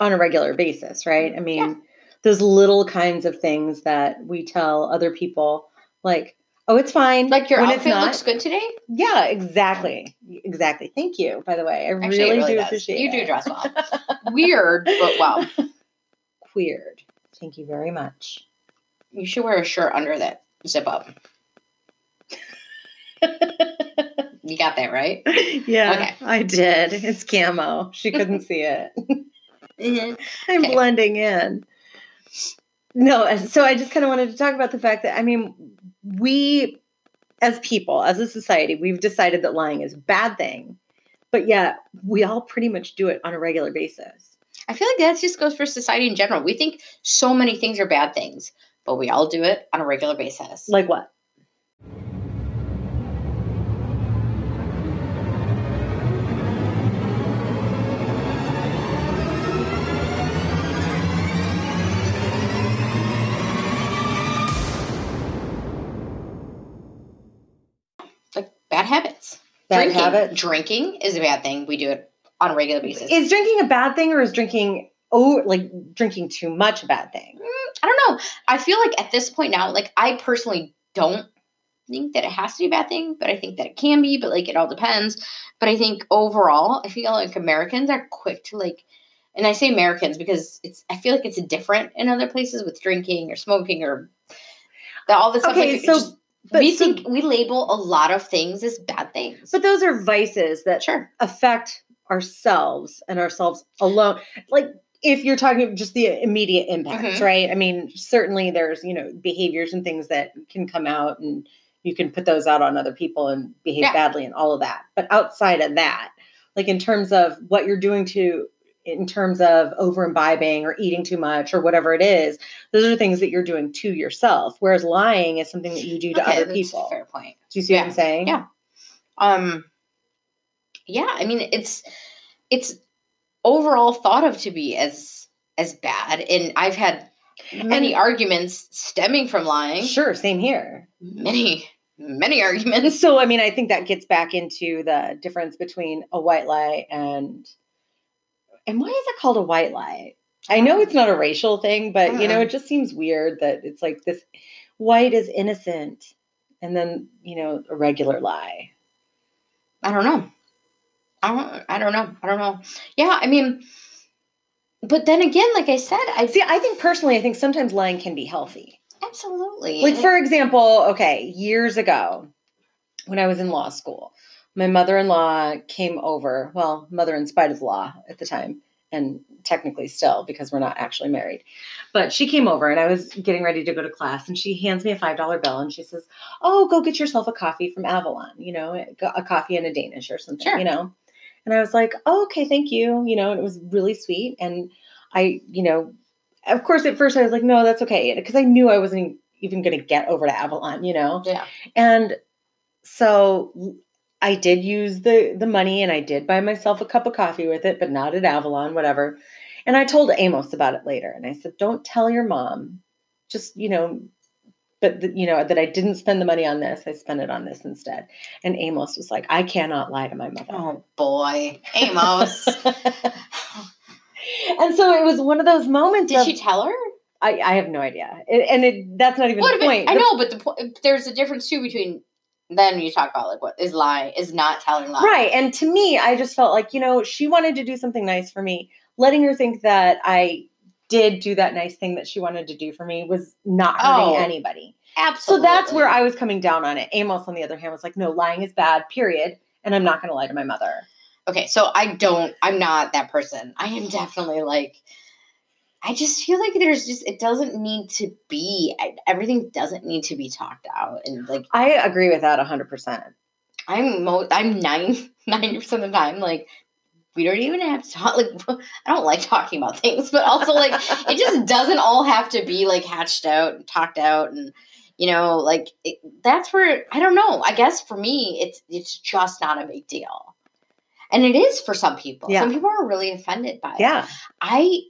A: on a regular basis, right? I mean,
B: Yeah.
A: those little kinds of things that we tell other people, like, oh, it's fine.
B: Like your
A: when it's
B: outfit
A: not.
B: looks good today.
A: Yeah, exactly. Exactly. Thank you, by the way. I
B: Actually,
A: really,
B: it really
A: do
B: does.
A: appreciate
B: you do
A: it. *laughs*
B: dress well. Weird, but wow.
A: Queered. Thank you very
B: *laughs*
A: much.
B: You should wear a shirt under that zip up. you got that right.
A: Yeah,
B: Okay.
A: I did. It's camo. She couldn't
B: *laughs*
A: see it. Mm-hmm. I'm
B: Okay.
A: blending in. No, and so I just kind of wanted to talk about the fact that I mean, we as people, as a society, we've decided that lying is a bad thing, but yet we all pretty much do it on a regular basis.
B: I feel like that just goes for society in general. We think so many things are bad things, but we all do it on a regular basis.
A: Like what?
B: like bad habits.
A: Bad
B: drinking.
A: habit?
B: Drinking is a bad thing. We do it on a regular basis.
A: Is drinking a bad thing or is drinking oh like drinking too much a bad thing?
B: I don't know. I feel like at this point now, like I personally don't think that it has to be a bad thing, but I think that it can be, but like it all depends. But I think overall, I feel like Americans are quick to like and I say Americans because it's I feel like it's different in other places with drinking or smoking or the, all this stuff.
A: Okay,
B: like, it
A: so-
B: just-
A: but
B: we
A: so-
B: think we label a lot of things as bad things.
A: But those are vices that
B: sure.
A: affect ourselves and ourselves alone. Like if you're talking about just the immediate impacts,
B: Mhm.
A: right? I mean, certainly there's, you know, behaviors and things that can come out and you can put those out on other people and behave
B: Yeah.
A: badly and all of that. But outside of that, like in terms of what you're doing to in terms of over imbibing or eating too much or whatever it is, those are things that you're doing to yourself. Whereas lying is something that you do to
B: Okay,
A: other
B: that's a
A: people.
B: fair point.
A: Do you see what I'm
B: Yeah.
A: saying?
B: Yeah. Um yeah, I mean it's it's overall thought of to be as as bad and I've had many arguments stemming from lying.
A: Sure, same here.
B: Many many arguments.
A: So, I mean, I think that gets back into the difference between a white lie and and why is it called a white lie? I know it's not a racial thing, but you know,
B: Uh-uh.
A: it just seems weird that it's like this white is innocent and then, you know, a regular lie.
B: I don't know. I don't I don't know. I don't know. Yeah, I mean but then again, like I said, I
A: See, I think personally, I think sometimes lying can be healthy.
B: absolutely
A: Like, for example, okay, years ago when I was in law school, my mother in law came over, well, mother in spite of the law at the time, and technically still because we're not actually married. But she came over and I was getting ready to go to class, and she hands me a $5 bill and she says, Oh, go get yourself a coffee from Avalon, you know, eh, a coffee and a Danish or something,
B: Sure.
A: you know. And I was like, oh, okay, thank you, you know, and it was really sweet. And I, you know, of course, at first I was like, no, that's okay. Because I knew I wasn't even going to get over to Avalon, you know?
B: Yeah.
A: And so I did use the, the money and I did buy myself a cup of coffee with it, but not at Avalon, whatever. And I told Amos about it later. And I said, don't tell your mom. Just, you know, but, th- you know, that I didn't spend the money on this. I spent it on this instead. And Amos was like, I cannot lie to my mother.
B: Oh boy.
A: *laughs*
B: Amos.
A: And so it was one of those moments.
B: Did
A: of-
B: she tell her?
A: I, I have no idea. It, and it, that's not even the
B: What if it-
A: point.
B: I
A: The-
B: know, but the point there's a difference too between then you talk about like what is lying is not telling lies.
A: Right. And to me, I just felt like, you know, she wanted to do something nice for me. Letting her think that I did do that nice thing that she wanted to do for me was not hurting
B: Oh,
A: anybody.
B: Absolutely.
A: So that's where I was coming down on it. Amos, on the other hand, was like, no, lying is bad, period. And I'm not going to lie to my mother.
B: Okay, so I don't I'm not that person. I am definitely like I just feel like there's just it doesn't need to be I- everything doesn't need to be talked out and like
A: I agree with that 100%.
B: I'm mo- I'm nine *laughs* ninety percent of the time like we don't even have to talk *laughs* like I don't like talking about things, but also like it
A: *laughs*
B: just doesn't all have to be like hatched out and talked out and you know like it, that's where I don't know. I guess for me it's it's just not a big deal. And it is for some people.
A: Yeah.
B: Some people are really offended by it.
A: Yeah.
B: I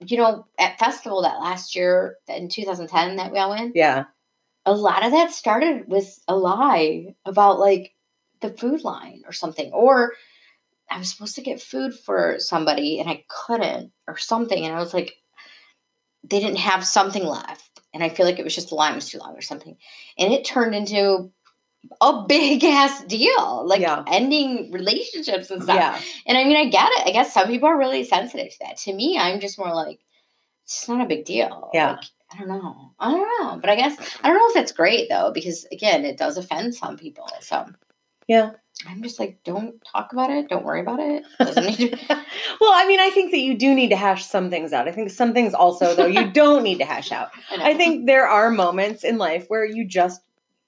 B: you know at festival that last year in 2010 that we all went
A: Yeah.
B: a lot of that started with a lie about like the food line or something or i was supposed to get food for somebody and i couldn't or something and i was like they didn't have something left and i feel like it was just the line was too long or something and it turned into a big *laughs* ass deal like
A: Yeah.
B: ending relationships and stuff
A: Yeah.
B: and i mean i get it i guess some people are really sensitive to that to me i'm just more like it's just not a big deal
A: Yeah.
B: Like, I don't know. I don't know. But I guess I don't know if that's great though, because again, it does offend some people. So
A: Yeah.
B: I'm just like, don't talk about it. Don't worry
A: *laughs*
B: about it. Doesn't need to-
A: Well, I mean, I think that you do need to hash some things out. I think some things also, though, you don't need to hash out.
B: know.
A: I think there are moments in life where you just,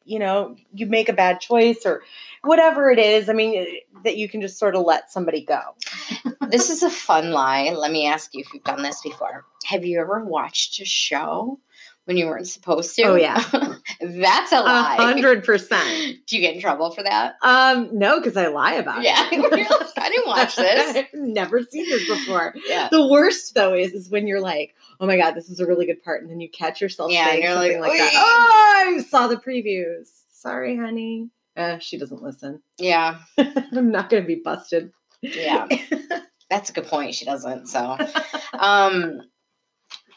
A: you know, you make a bad choice or whatever it is. I mean, that you can just sort of let somebody go.
B: this is a fun lie. Let me ask you if you've done this before. Have you ever watched a show when you weren't supposed to?
A: Oh, yeah.
B: *laughs* that's a lie.
A: percent.
B: *laughs* Do you get in trouble for that?
A: Um, no, because I lie about
B: Yeah. *laughs* You're like, I didn't watch
A: *laughs*
B: this.
A: I've never seen this before.
B: Yeah.
A: The worst though is is when you're like, oh my god, this is a really good part, and then you catch yourself
B: Yeah, and
A: saying
B: you're like,
A: something like, that.
B: "Wait."
A: Oh, I saw the previews. Sorry, honey. Uh, she Eh, doesn't listen. *laughs*
B: Yeah.
A: I'm not gonna be busted. *laughs*
B: Yeah. That's a good point. She doesn't. So, um,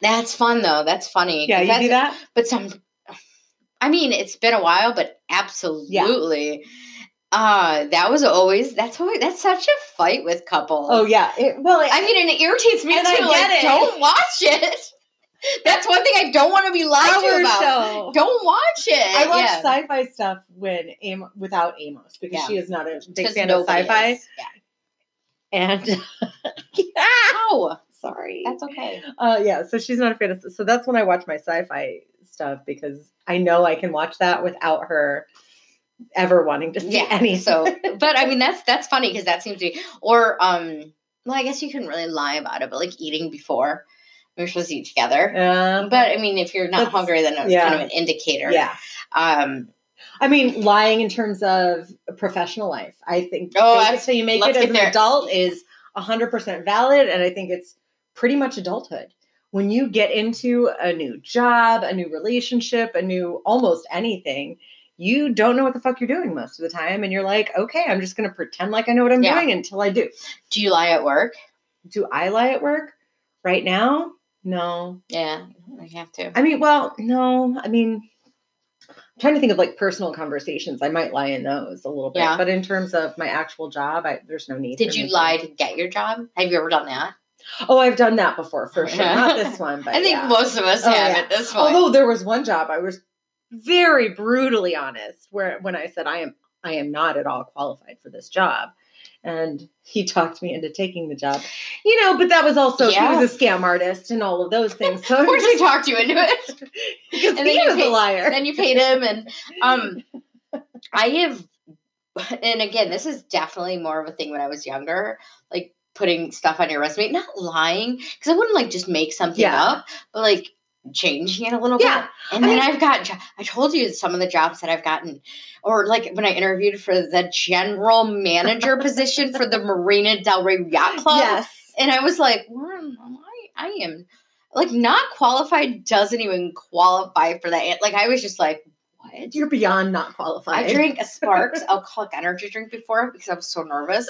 B: that's fun though. That's funny.
A: Yeah,
B: 'Cause
A: you do
B: that's-
A: that?
B: But some, I mean, it's been a while, but absolutely. Uh, that was always that's always, that's such a fight with couples.
A: Oh, yeah. It- well, it-
B: I mean, and it irritates me
A: And I
B: too. like,
A: get it.
B: don't watch it. *laughs* That's one thing I don't want to be lied to
A: hours
B: about.
A: though.
B: Don't watch it.
A: I watch
B: yeah.
A: sci-fi stuff when Am- without Amos because
B: Yeah.
A: she is not a big
B: 'Cause
A: fan of
B: nobody
A: sci-fi.
B: is. Yeah. *laughs*
A: And *laughs* Ah!
B: Ow.
A: sorry,
B: That's okay.
A: Uh, yeah, so she's not a fan of. So that's when I watch my sci-fi stuff because I know I can watch that without her ever *laughs* wanting to see
B: Yeah.
A: any.
B: So, but I mean, that's that's funny because that seems to be, or um, well, I guess you couldn't really lie about it, but like eating before we were supposed to eat together.
A: um,
B: But I mean, if you're not
A: That's-
B: hungry, then it's
A: yeah.
B: kind of an indicator.
A: yeah,
B: Um,
A: I mean, lying in terms of professional life, I think.
B: Oh,
A: fake it
B: that's-
A: till you make
B: let's
A: it as
B: get
A: an
B: there.
A: adult is hundred percent valid, and I think it's pretty much adulthood. When you get into a new job, a new relationship, a new almost anything, you don't know what the fuck you're doing most of the time, and you're like, okay, I'm just gonna pretend like I know what I'm
B: Yeah.
A: doing until I do.
B: do you lie at work?
A: do I lie at work right now? No.
B: Yeah, I have to.
A: I mean, well, no. I mean, I'm trying to think of like personal conversations. I might lie in those a little bit,
B: Yeah.
A: but in terms of my actual job, I, there's no need.
B: Did
A: for
B: you
A: me to-
B: lie to get your job? Have you ever done that?
A: Oh, I've done that before for sure.
B: Yeah.
A: Not this
B: *laughs*
A: one, but
B: I think
A: yeah.
B: most of us
A: Oh,
B: have
A: yeah.
B: at this point.
A: Although there was one job I was very brutally honest where when I said I am I am not at all qualified for this job. And he talked me into taking the job. You know, but that was also
B: Yeah.
A: he was a scam artist and all of those things. So
B: *laughs* of course, he talked you into
A: *laughs*
B: it.
A: because
B: And
A: he
B: then you
A: was a
B: paid-
A: liar.
B: then you paid him, and um, *laughs* I have. And again, this is definitely more of a thing when I was younger, like putting stuff on your resume, not lying, because I wouldn't like just make something
A: Yeah.
B: up, but like changing it a little
A: yeah.
B: bit. And
A: I
B: then
A: mean-
B: I've got, jo- I told you some of the jobs that I've gotten, or like when I interviewed for the general manager position for the Marina Del Rey
A: *laughs*
B: Yacht Club.
A: Yes.
B: And I was like, "Where am I, I am like not qualified, doesn't even qualify for that. Like, I was just like, what?
A: You're beyond not qualified.
B: I drank a Sparks alcoholic energy drink before because I was so nervous.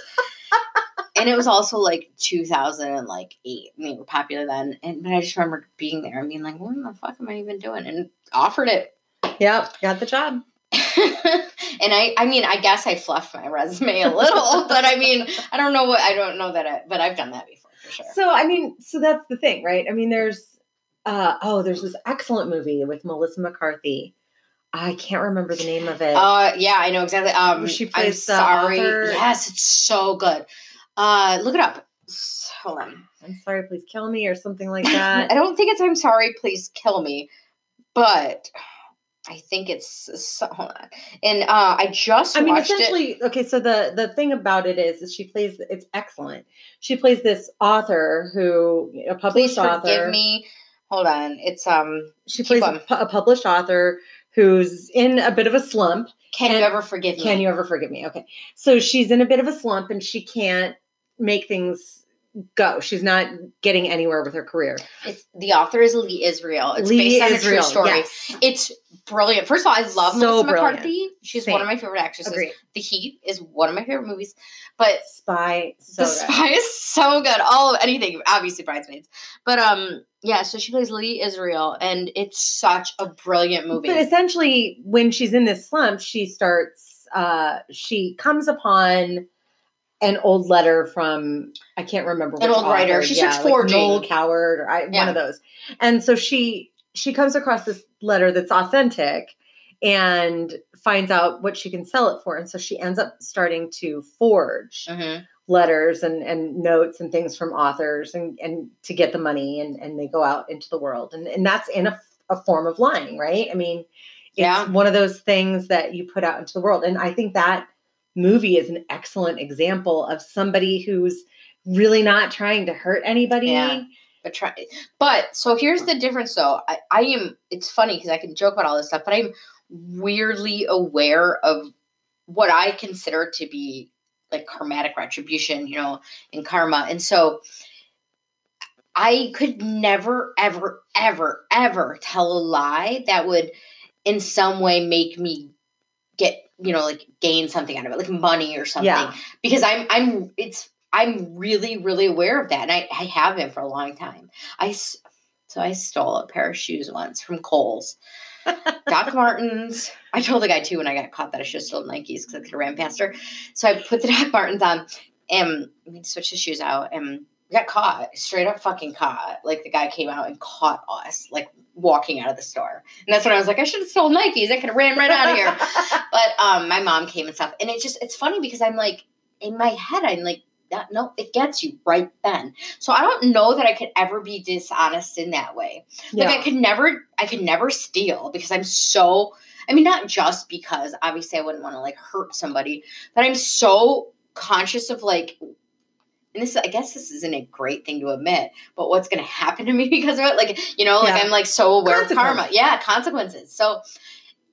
B: and it was also like 2008. I mean, we were popular then. And but I just remember being there and being like, what the fuck am I even doing? And offered it. *laughs*
A: Yep. Got the job.
B: and I, I mean, I guess I fluffed my resume a little, *laughs* but I mean, I don't know what, I don't know that, I, but I've done that before for sure.
A: So I mean, so that's the thing, right? I mean, there's uh oh, there's this excellent movie with Melissa McCarthy. I can't remember the name of it.
B: Uh, yeah, I know exactly. Um,
A: she
B: I'm
A: plays the
B: sorry.
A: author.
B: Yes, it's so good. Uh, look it up. S- Hold on.
A: I'm sorry, please kill me or something like
B: *laughs* I
A: that.
B: don't think it's I'm sorry, please kill me, but I think it's so, hold on. And uh, I just
A: I mean,
B: watched it.
A: essentially, okay. So the the thing about it is, is she plays. It's excellent. She plays this author who a published
B: Please forgive
A: author.
B: me. Hold on. It's um.
A: She
B: Keep
A: plays a,
B: on.
A: pu- a published author who's in a bit of a slump.
B: Can
A: Can-
B: you ever forgive me?
A: Can you ever forgive me? Okay. So she's in a bit of a slump and she can't make things go. She's not getting anywhere with her career.
B: It's the author is Lee Israel. It's
A: Lee
B: based on a
A: Israel,
B: true story.
A: yes.
B: It's brilliant. First of all, I love
A: So
B: Melissa
A: brilliant.
B: McCarthy. She's one of
A: Same.
B: my favorite actresses.
A: Agree.
B: The Heat is one of my favorite movies, but
A: Spy. So
B: the spy is so good. All of anything, obviously bridesmaids. But um, yeah. So she plays Lee Israel, and it's such a brilliant
A: good.
B: movie.
A: But essentially, when she's in this slump, she starts, uh, she comes upon an old letter from, I can't remember
B: An
A: which
B: old writer.
A: author.
B: She
A: yeah,
B: starts
A: like Noel
B: forging.
A: Coward or I, one
B: Yeah.
A: of those. And so she, she comes across this letter that's authentic and finds out what she can sell it for. And so she ends up starting to forge
B: Mhm.
A: letters and, and notes and things from authors and, and to get the money and, and they go out into the world. And, and that's in a, a form of lying, right? I mean, it's
B: Yeah.
A: one of those things that you put out into the world. And I think that movie is an excellent example of somebody who's really not trying to hurt anybody.
B: Yeah. But try. But so here's the difference, though. I, I am. It's funny because I can joke about all this stuff, but I'm weirdly aware of what I consider to be like karmatic retribution, you know, and karma. And so I could never, ever, ever, ever tell a lie that would in some way make me get, you know, like gain something out of it, like money or something.
A: Yeah.
B: Because I'm I'm it's I'm really, really aware of that. And I, I have been for a long time. I, s- so I stole a pair of shoes once from Kohl's. Doc Martens. I told the guy too when I got caught that I should have stolen Nikes because I could have ran faster. So I put the *laughs* Doc Martens on and we switched the shoes out and we got caught. Straight up fucking caught. Like the guy came out and caught us, like walking out of the store. And that's when I was like, I should have stolen Nikes. I could have ran right
A: *laughs*
B: out of here. but um my mom came and stuff. And it just it's funny because I'm like in my head, I'm like, that, no, it gets you right then. So I don't know that I could ever be dishonest in that way.
A: Yeah.
B: Like I could never, I could never steal because I'm so. I mean, not just because obviously I wouldn't want to like hurt somebody, but I'm so conscious of like. And this, I guess, this isn't a great thing to admit, but what's going to happen to me *laughs* because of it? Like, you know, like
A: Yeah.
B: I'm like so aware of karma.
A: Consequences.
B: Yeah, consequences. So,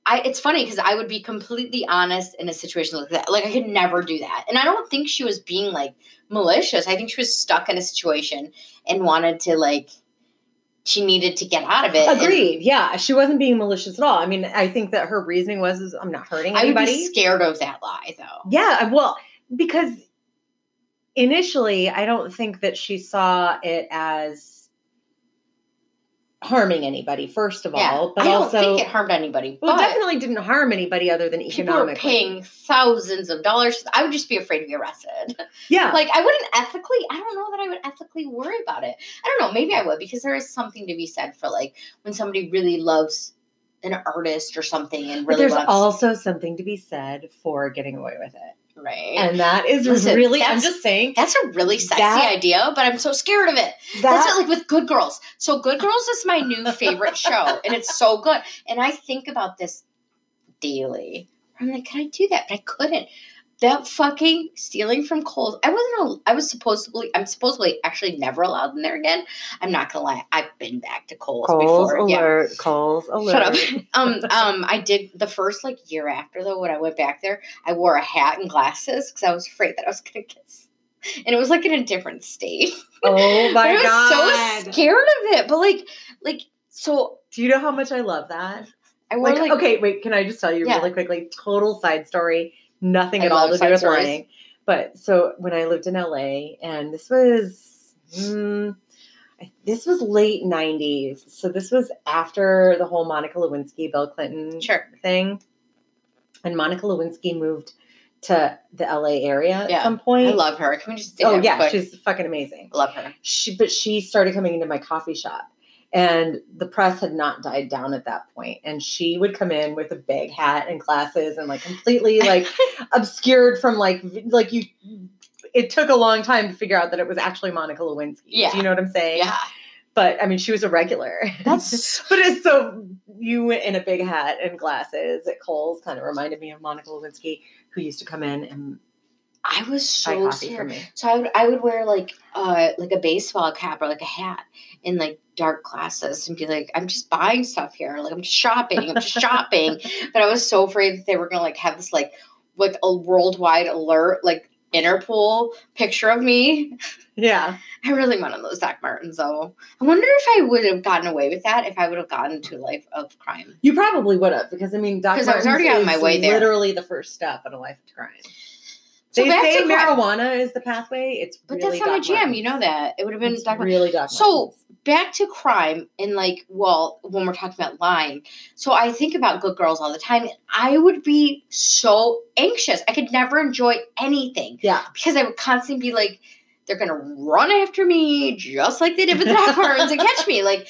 B: I it's funny because I would be completely honest in a situation like that. Like, I could never do that, and I don't think she was being like malicious. I think she was stuck in a situation and wanted to like she needed to get out of it. and-
A: Agreed. Yeah, she wasn't being malicious at all. I mean, I think that her reasoning was, is, "I'm not hurting
B: I would
A: anybody."
B: be scared of that lie, though.
A: Yeah, well, because initially, I don't think that she saw it as harming anybody. First of
B: yeah,
A: all, but
B: I don't
A: also,
B: think it harmed anybody.
A: well, it
B: but
A: definitely didn't harm anybody other than
B: people are
A: economically.
B: paying thousands of dollars. I would just be afraid to be arrested.
A: Yeah,
B: Like I wouldn't ethically. I don't know that I would ethically worry about it. I don't know. Maybe I would because there is something to be said for like when somebody really loves an artist or something and
A: but
B: really
A: there's
B: loves
A: also something to be said for getting away with it,
B: right.
A: and that is
B: Listen,
A: really. I'm
B: that's-
A: just saying
B: that's a really sexy
A: That-
B: idea, but I'm so scared of it. That's
A: that
B: it, like with Good Girls. So Good Girls is my new favorite show, and it's so good. And I think about this daily. I'm like, can I do that? But I couldn't. That fucking stealing from Kohl's. I wasn't. al- I was supposedly. I'm supposedly actually never allowed in there again. I'm not gonna lie. I've been back to Kohl's,
A: Coles
B: before. Yeah.
A: alert. Coles alert.
B: Shut up. *laughs* Um, um, I did the first like year after though when I went back there, I wore a hat and glasses because I was afraid that I was gonna get. s- And it was like in a different state.
A: Oh
B: But
A: my
B: I was
A: god!
B: so scared of it. But like, like, so
A: Do you know how much I love that?
B: I wore
A: Like,
B: like,
A: okay, wait, can I just tell you
B: Yeah.
A: really quickly? Total side story, nothing
B: I
A: at all
B: love
A: to do
B: side
A: with
B: stories.
A: running. But so when I lived in LA, and this was, mm, I- this was late '90s, so this was after the whole Monica Lewinsky, Bill Clinton
B: sure,
A: thing, and Monica Lewinsky moved to the LA area
B: Yeah.
A: at some
B: I
A: point.
B: love her. Can we just say
A: oh
B: that
A: yeah,
B: quick?
A: she's fucking amazing
B: I love her.
A: she but she started coming into my coffee shop and the press had not died down at that point and she would come in with a big hat and glasses and like completely
B: *laughs*
A: like obscured from like v- like you it took a long time to figure out that it was actually Monica Lewinsky.
B: Yeah.
A: Do you know what I'm saying?
B: *laughs* Yeah,
A: But I mean, she was a regular.
B: that's
A: *laughs* but it's so you in a big hat and glasses at Kohl's kind of reminded me of Monica Lewinsky, who used to come in and
B: I was
A: buy
B: so
A: coffee for
B: scared.
A: me.
B: So I would I would wear like uh like a baseball cap or like a hat and like dark glasses and be like, I'm just buying stuff here. Like I'm just shopping. I'm just shopping. *laughs* But I was so afraid that they were gonna like have this like like a worldwide alert like Interpol picture of me
A: Yeah.
B: I really wanted those Doc Martens though. I wonder if I would have gotten away with that if I would have gotten to a life of crime.
A: You probably would have, because I mean, Doc
B: 'Cause I was
A: Martens
B: already on
A: is
B: my way there.
A: literally the first step in a life of crime.
B: So
A: they
B: back
A: say
B: to crime.
A: marijuana is the pathway. It's
B: But
A: really
B: that's not
A: Doc
B: a jam,
A: Martens.
B: you know that. It would have been
A: It's
B: Doc Martens.
A: really Doc
B: So-
A: Martens.
B: Back to crime and like, well, when we're talking about lying. So I think about good girls all the time. And I would be so anxious. I could never enjoy anything
A: yeah,
B: because I would constantly be like, they're gonna run after me just like they did with the Doc Martens and catch me. Like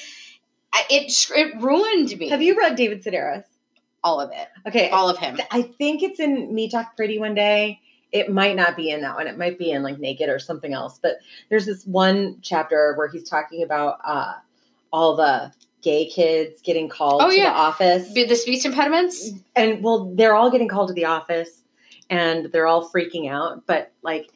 B: I, it, it ruined me.
A: have you read David Sedaris?
B: all of it?
A: Okay,
B: All of him.
A: I think it's in Me Talk Pretty one day. It might not be in that one. It might be in like Naked or something else. But there's this one chapter where he's talking about uh, all the gay kids getting called
B: Oh,
A: to
B: yeah.
A: the office.
B: Be the speech impediments.
A: and well they're all getting called to the office and they're all freaking out but like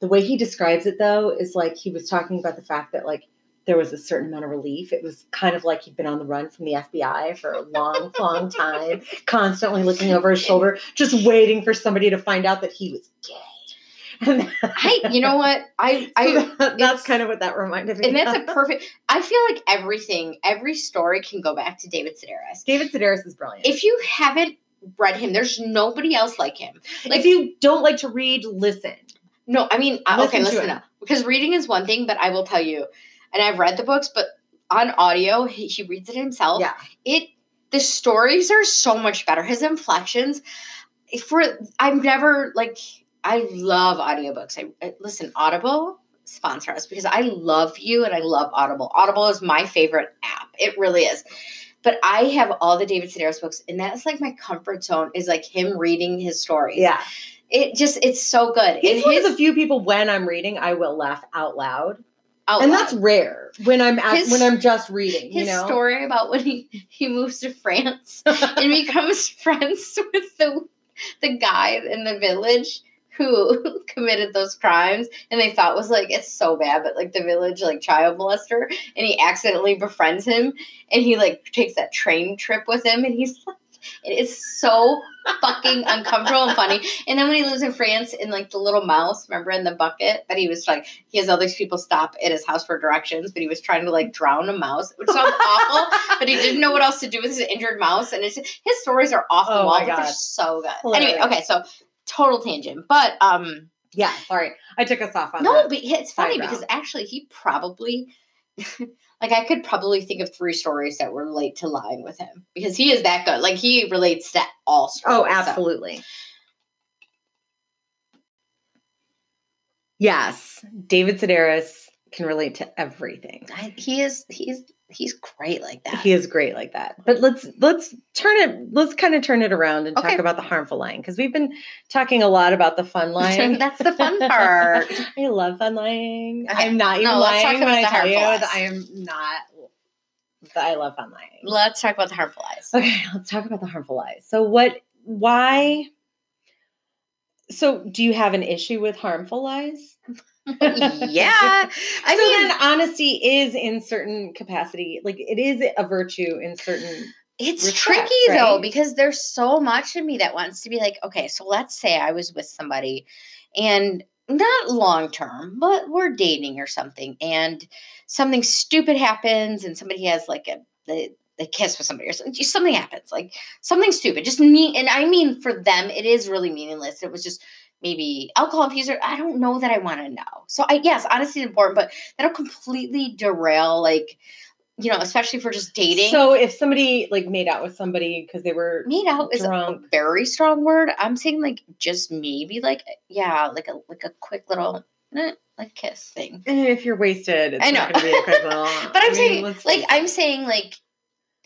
A: the way he describes it though is like he was talking about the fact that like there was a certain amount of relief it was kind of like he'd been on the run from the fbi for a long *laughs* long time constantly looking over his shoulder just waiting for somebody to find out that he was gay and
B: I, you know what? I,
A: *laughs*
B: I,
A: so that- that's
B: it's-
A: kind of what that reminded me
B: and that's
A: of.
B: a perfect. I feel like everything, every story can go back to David Sedaris.
A: david sedaris is brilliant
B: If you haven't read him, there's nobody else like him.
A: if you don't like to read listen
B: No, I mean, uh,
A: Listen
B: okay,
A: to
B: listen
A: it.
B: up. Because reading is one thing, but I will tell you, and I've read the books, but on audio, he, he reads it himself.
A: Yeah.
B: It the stories are so much better. His inflections, for I've never like I love audiobooks. I, I listen Audible sponsor us because I love you and I love Audible. Audible is my favorite app. It really is. But I have all the David Sedaris books, and that's like my comfort zone is like him reading his stories.
A: Yeah.
B: It just it's so good.
A: He's
B: And
A: one of
B: his-
A: the few people when I'm reading, I will laugh out loud.
B: out
A: and
B: loud.
A: that's rare when I'm at,
B: His-
A: when I'm just reading,
B: his
A: you know.
B: story about when he, he moves to
A: *laughs*
B: France and becomes friends with the the guy in the village who *laughs* committed those crimes and they thought was like it's so bad but like the village like child molester and he accidentally befriends him and he like takes that train trip with him and he's like it is so fucking uncomfortable and funny. And then when he lives in France in like the little mouse, remember in the bucket that he was like he has all these people stop at his house for directions, but he was trying to like drown a mouse,
A: *laughs*
B: which sounds awful, but he didn't know what else to do with his injured mouse. And it's his stories are off the
A: Oh
B: wall,
A: my
B: but they're
A: God.
B: so good. Anyway,
A: Hilarious.
B: okay, so total tangent. But um
A: *laughs* yeah, sorry. I took us off on
B: no,
A: that.
B: but it's funny because
A: background.
B: actually he probably *laughs* like I could probably think of three stories that relate to lying with him because he is that good. Like he relates to all stories.
A: Oh,
B: so-
A: absolutely. Yes, David Sedaris can relate to everything.
B: I, he is he's he's great like that. *laughs*
A: He is great like that. But let's let's turn it let's kind of turn it around and
B: Okay.
A: talk about the harmful line because we've been talking a lot about the
B: *laughs*
A: fun line.
B: That's the fun part.
A: *laughs* I love fun lying.
B: Okay.
A: I'm not even
B: No, let's talk
A: lying when
B: about
A: I
B: the
A: tell you
B: harmful
A: that I
B: lies.
A: am not. That I love fun lying.
B: Let's talk about the harmful eyes.
A: *laughs* Okay, let's talk about the harmful lies. So what why so do you have an issue with harmful lies?
B: yeah, I
A: so
B: mean,
A: then honesty is in certain capacity, like it is a virtue in certain
B: It's
A: respect,
B: tricky though
A: right?
B: because there's so much in me that wants to be like, okay, so let's say I was with somebody and not long term, but we're dating or something and something stupid happens and somebody has like a the a kiss with somebody or something, just something happens like something stupid just me and i mean for them it is really meaningless it was just maybe alcohol infused or i don't know that i want to know so i yes honesty is important but that'll completely derail like you know especially for just dating
A: So if somebody like made out with somebody because they were
B: made out is
A: drunk.
B: a very strong word. I'm saying like just maybe like eh, yeah, like a like a quick little eh, like kiss thing.
A: eh, if you're wasted, it's
B: I
A: not
B: know.
A: gonna be a quick little
B: *laughs* But I'm saying
A: let's
B: like
A: face
B: I'm
A: it.
B: saying like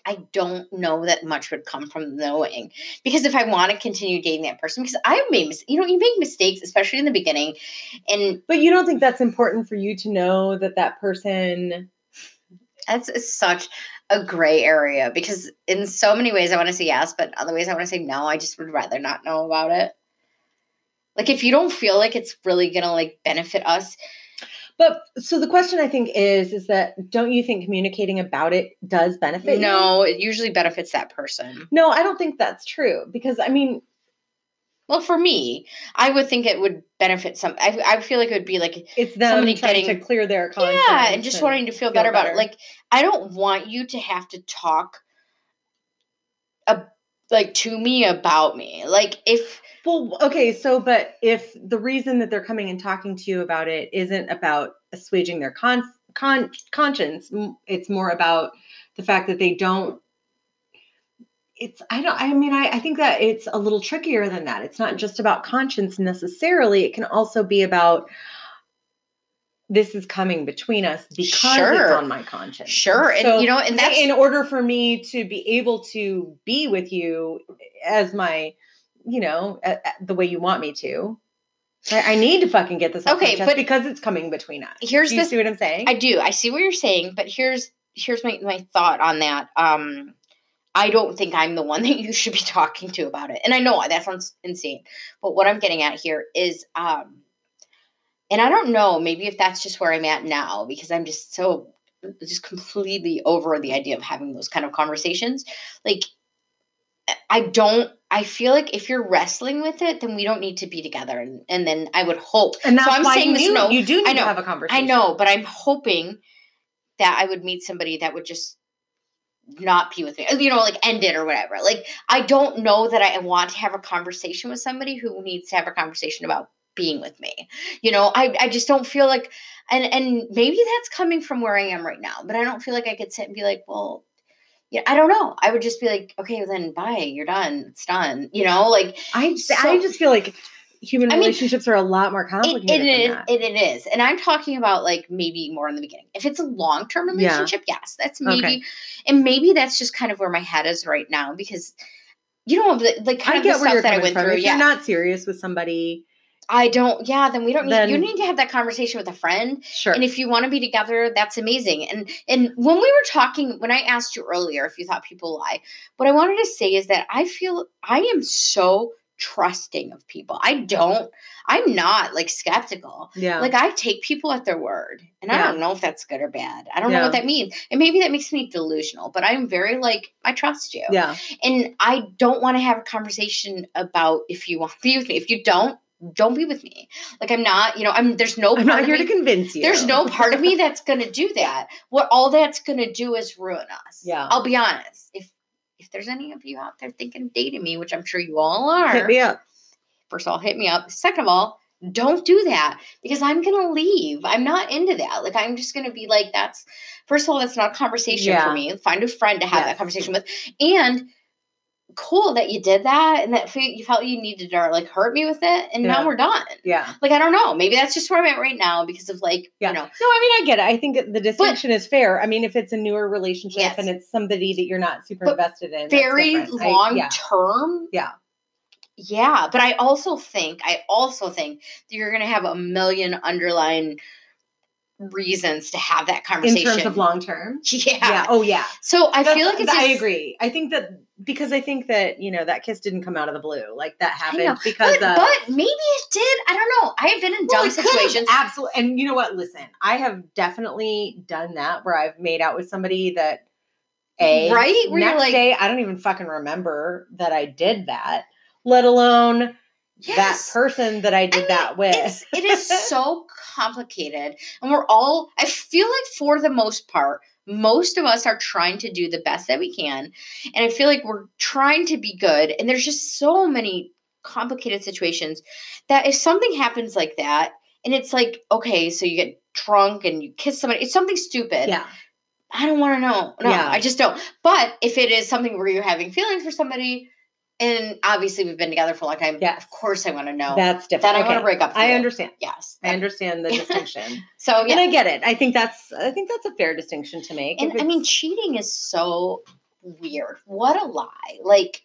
B: I don't know that much would come from knowing because if I want to continue dating that person because I made mis- you know you make mistakes especially in the beginning and
A: But you don't think that's important for you to know that that person
B: that's such a gray area because in so many ways I want to say yes but in other ways I want to say no I just would rather not know about it. Like if you don't feel like it's really gonna like benefit us,
A: But so the question I think is is that don't you think communicating about it does benefit? you?
B: No, it usually benefits that person.
A: No, I don't think that's true because I mean,
B: Well, for me, I would think it would benefit some. I, I feel like it would be like,
A: it's them
B: Somebody
A: trying
B: getting-
A: to clear their conscience.
B: yeah, and just wanting to feel,
A: feel
B: better about it.
A: better.
B: Like, I don't want you to have to talk, a, like to me about me. Like, if
A: Well, okay, so but if the reason that they're coming and talking to you about it isn't about assuaging their con, con conscience, m- it's more about the fact that they don't. It's I don't I mean I, I think that it's a little trickier than that. It's not just about conscience necessarily. It can also be about this is coming between us because it's
B: Sure.
A: on my conscience.
B: sure, and you know, and that's
A: in order for me to be able to be with you as my you know a, a- the way you want me to I, I need to fucking get this off my
B: Okay,
A: chest
B: but-
A: because it's coming between us
B: here's
A: do you
B: this
A: see what i'm saying
B: I do. I see what you're saying, but here's here's my my thought on that. Um I don't think I'm the one *laughs* that you should be talking to about it. And I know that sounds insane, but what I'm getting at here is um and I don't know, maybe if that's just where I'm at now because I'm just so just completely over the idea of having those kind of conversations. Like I don't I feel like if you're wrestling with it, then we don't need to be together and, and then I would hope
A: and that's
B: so I'm
A: why
B: saying
A: you,
B: this,
A: knew-
B: no,
A: you do need
B: I
A: to
B: know,
A: have a conversation
B: I know, but I'm hoping that I would meet somebody that would just not be with me, you know, like end it or whatever. Like, I don't know that I want to have a conversation with somebody who needs to have a conversation about being with me. You know, I, I just don't feel like and and maybe that's coming from where I am right now, but I don't feel like I could sit and be like, well, yeah, I don't know. I would just be like, okay, well then bye, you're done. It's done. You know, like
A: I
B: So-
A: I just feel like human
B: I mean,
A: relationships are a lot more
B: it,
A: complicated
B: it,
A: than
B: is,
A: that.
B: it, it is. And I'm talking about like maybe more in the beginning. If it's a long term
A: Yeah.
B: relationship, yes, that's
A: Okay.
B: maybe, and maybe that's just kind of where my head is right now because you know, the, the kind
A: I
B: of the
A: get where
B: stuff
A: you're
B: that I
A: coming
B: went
A: from.
B: through.
A: if
B: Yeah.
A: you're not serious with somebody,
B: I don't, yeah, then we don't need, you
A: Then-
B: need to have that conversation with a friend.
A: sure.
B: And if you want to be together, that's amazing. And and when we were talking, when I asked you earlier if you thought people lie, what I wanted to say is that I feel I am so trusting of people. I don't, I'm not like skeptical.
A: yeah.
B: Like I take people at their word. And I
A: Yeah.
B: don't know if that's good or bad. I don't know
A: Yeah.
B: what that means. And maybe that makes me delusional, but I'm very like, I trust you.
A: yeah.
B: And I don't want to have a conversation about if you want to be with me. If you don't, don't be with me. Like I'm not, you know, I'm there's no
A: I'm
B: part
A: not
B: of
A: here
B: me-
A: to convince you.
B: oh, there's no part of me that's going to do that. What all that's going to do is ruin us.
A: Yeah.
B: I'll be honest. If if there's any of you out there thinking of dating me, which I'm sure you all
A: Hit
B: are,
A: me up.
B: first of all, hit me up. Second of all, don't do that because I'm going to leave. I'm not into that. Like I'm just going to be like that's first of all that's not a conversation for
A: Yeah.
B: me. Find a friend to have that
A: Yes.
B: conversation with. And cool that you did that and that fe- you felt you needed to like hurt me with it and now
A: Yeah.
B: we're done.
A: Yeah.
B: Like I don't know. Maybe that's just where I'm at right now because of like,
A: Yeah.
B: you know,
A: No, I mean I get it. I think the distinction is fair. I mean, if it's a newer relationship
B: Yes.
A: and it's somebody that you're not super
B: But
A: invested in, that's
B: very
A: different. I-
B: long
A: yeah.
B: term.
A: Yeah.
B: Yeah. But I also think, I also think that you're going to have a million underlying reasons to have that
A: in
B: conversation.
A: terms of long term.
B: *laughs* yeah.
A: Yeah. Oh yeah.
B: So I feel
A: That's-
B: like it's
A: I
B: just-
A: agree. I think that because I think that you know that kiss didn't come out of the blue. Like that
B: know,
A: happened because
B: But,
A: of
B: but maybe it did. I don't know. I have been in
A: uh, Well,
B: dumb
A: it could have
B: situations.
A: Absolutely. And you know what? Listen, I have definitely done that where I've made out with somebody that a
B: Right? Where you're
A: next
B: like-
A: day I don't even fucking remember that I did that, let alone that
B: Yes.
A: person that I did
B: mean,
A: that with.
B: It's, it is so complicated. And we're all, I feel like for the most part, most of us are trying to do the best that we can. And I feel like we're trying to be good. And there's just so many complicated situations that if something happens like that, and it's like, okay, so you get drunk and you kiss somebody, it's something stupid.
A: yeah.
B: I don't want to know. No,
A: Yeah.
B: I just don't. But if it is something where you're having feelings for somebody, and obviously we've been together for a long time,
A: Yes.
B: of course I want to know.
A: That's
B: That
A: different.
B: I want to
A: Okay.
B: break up.
A: I
B: with.
A: understand.
B: Yes.
A: I understand
B: *laughs*
A: the distinction.
B: So yeah,
A: And I get it. I think that's I think that's a fair distinction to make.
B: and
A: If
B: I mean,
A: it's-
B: cheating is so weird. What a lie! Like,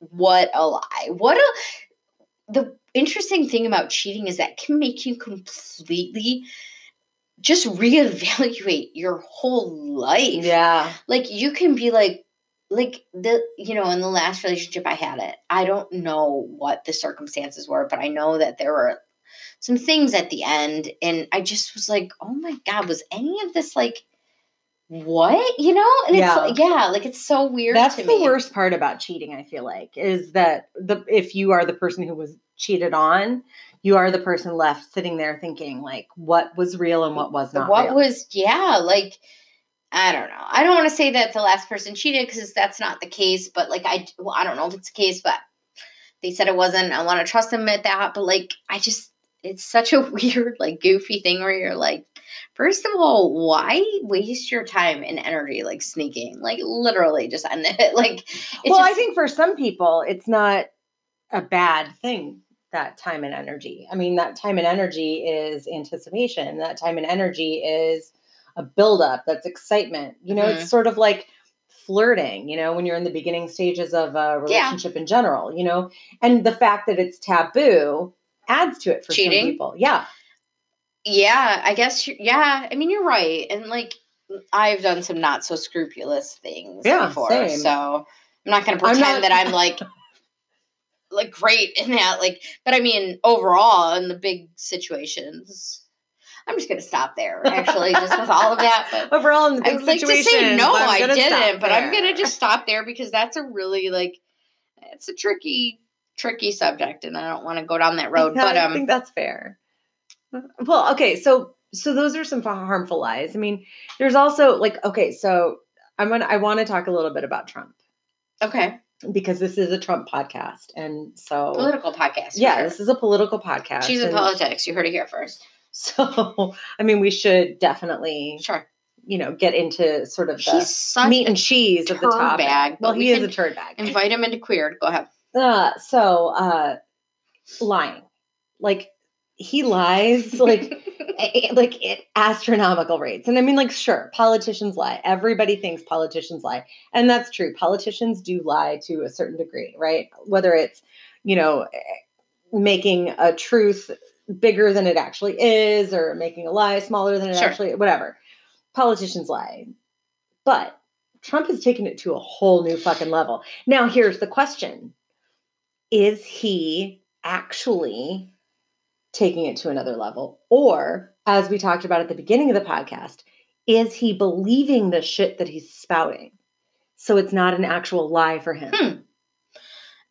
B: what a lie! What a the interesting thing about cheating is that it can make you completely just *laughs* reevaluate your whole life.
A: yeah.
B: Like you can be like like the you know in the last relationship I had it. I don't know what the circumstances were, but I know that there were some things at the end and I just was like, "Oh my god, was any of this like what?" You know? And
A: Yeah.
B: it's like, yeah, like it's so weird
A: That's
B: to
A: the
B: me.
A: worst part about cheating. I feel like is that the if you are the person who was cheated on, you are the person left sitting there thinking like, what was real and what was
B: The
A: not.
B: what
A: real.
B: was yeah, like I don't know. I don't want to say that the last person cheated because that's not the case, but like I well, I don't know if it's the case, but they said it wasn't. I want to trust them at that, but like I just it's such a *laughs* weird like goofy thing where you're like first of all, why waste your time and energy like sneaking? Like literally just end it. *laughs* Like it's
A: well, I
B: just-
A: think for some people, it's not a bad thing that time and energy. I mean, that time and energy is anticipation. That time and energy is a buildup. That's excitement. You know,
B: Mm-hmm.
A: it's sort of like flirting. You know, when you're in the beginning stages of a relationship in general. You know, and the fact that it's taboo adds to it for
B: Cheating?
A: some people. Yeah,
B: Yeah, I guess. you yeah, I mean, you're right. And like, I've done some not so scrupulous things
A: Yeah,
B: before,
A: same.
B: so I'm not going to
A: I'm not-
B: pretend
A: *laughs*
B: that I'm like, like great in that. Like, but I mean, overall, in the big situations, I'm just going to stop there. Actually, just with all of that, but.
A: overall in *laughs* the
B: I
A: big
B: would like to
A: situation.
B: say no, I didn't, but I'm gonna just stop there because that's a really like, it's a tricky, tricky subject, and I don't want to go down that road. But
A: I
B: um,
A: think that's fair. Well, okay, so so those are some harmful lies. I mean, there's also like okay, so I'm gonna I want to talk a little bit about Trump
B: okay,
A: because this is a Trump podcast. And so,
B: Political podcast.
A: yeah,
B: sure.
A: this is a political podcast.
B: She's in
A: and
B: politics. You heard it here first.
A: So, I mean, we should definitely,
B: Sure.
A: you know, get into sort of the
B: She's such
A: meat
B: a
A: and cheese of the
B: turd
A: topic.
B: bag,
A: well,
B: but we
A: he is
B: can
A: a turd bag.
B: invite him into queer. Go ahead.
A: Uh, so, uh, lying. Like, he lies *laughs* like a- like at astronomical rates. And I mean, like, sure, politicians lie. Everybody thinks politicians lie. And that's true. Politicians do lie to a certain degree, right? Whether it's, you know, eh, making a truth bigger than it actually is or making a lie smaller than it
B: Sure.
A: actually whatever. Politicians lie. But Trump has taken it to a whole new fucking level. Now here's the question. Is he actually taking it to another level? Or, as we talked about at the beginning of the podcast, is he believing the shit that he's spouting? So it's not an actual lie for him.
B: Hmm.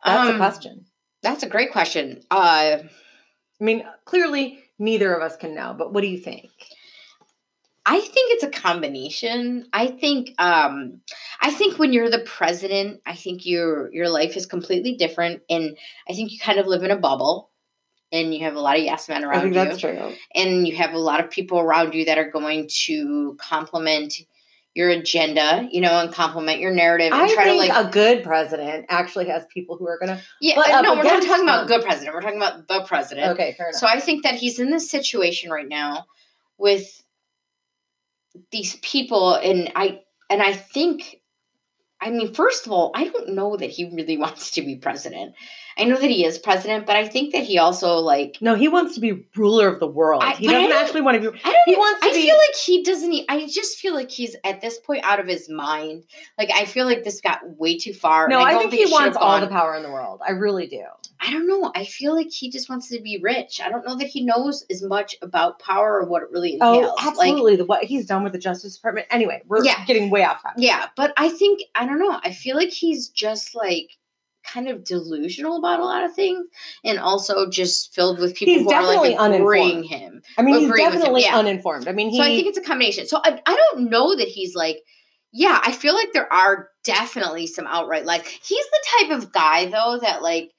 A: That's a
B: Um,
A: question.
B: That's a great question. Uh,
A: I mean, clearly neither of us can know, but what do you think?
B: I think it's a combination. I think um I think when you're the president, I think your your life is completely different and I think you kind of live in a bubble and you have a lot of yes men
A: I
B: around
A: think
B: you
A: that's true.
B: and you have a lot of people around you that are going to compliment your agenda, you know, and compliment your narrative and
A: I
B: try to
A: think
B: like
A: a good president actually has people who are going to.
B: Yeah,
A: but
B: uh,
A: up
B: no, we're not
A: against
B: talking about
A: him-
B: good president. We're talking about the president.
A: Okay, fair enough.
B: So I think that he's in this situation right now with these people and I and I think I mean first of all, I don't know that he really *laughs* wants to be president. I know that he is president, but I think that he also like
A: no, he wants to be ruler of the world.
B: I-
A: he
B: but I
A: doesn't
B: don't-
A: actually want to be.
B: I don't
A: He
B: know,
A: wants to
B: I
A: be.
B: feel like he doesn't e- I just feel like he's at this point out of his mind. Like I feel like this got way too far.
A: no,
B: and
A: I,
B: don't
A: think, he
B: it should've
A: wants all
B: gone-
A: the power in the world. I really do.
B: I don't know. I feel like he just wants to be rich. I don't know that he knows as much about power or what it really entails.
A: Oh,
B: Like,
A: absolutely. the, what he's done with the Justice Department. Anyway, we're
B: Yeah.
A: getting way off topic.
B: Yeah, but I think I don't know. I feel like he's just like kind of delusional about a lot of things, and also just filled with people
A: He's
B: who are like
A: definitely
B: agreeing
A: uninformed.
B: him.
A: I mean, he's
B: Agree with him,
A: definitely
B: yeah.
A: uninformed. I mean, he.
B: so I think it's a combination. So I, I don't know that he's like, yeah. I feel like there are definitely some outright lies. He's the type of guy though that like,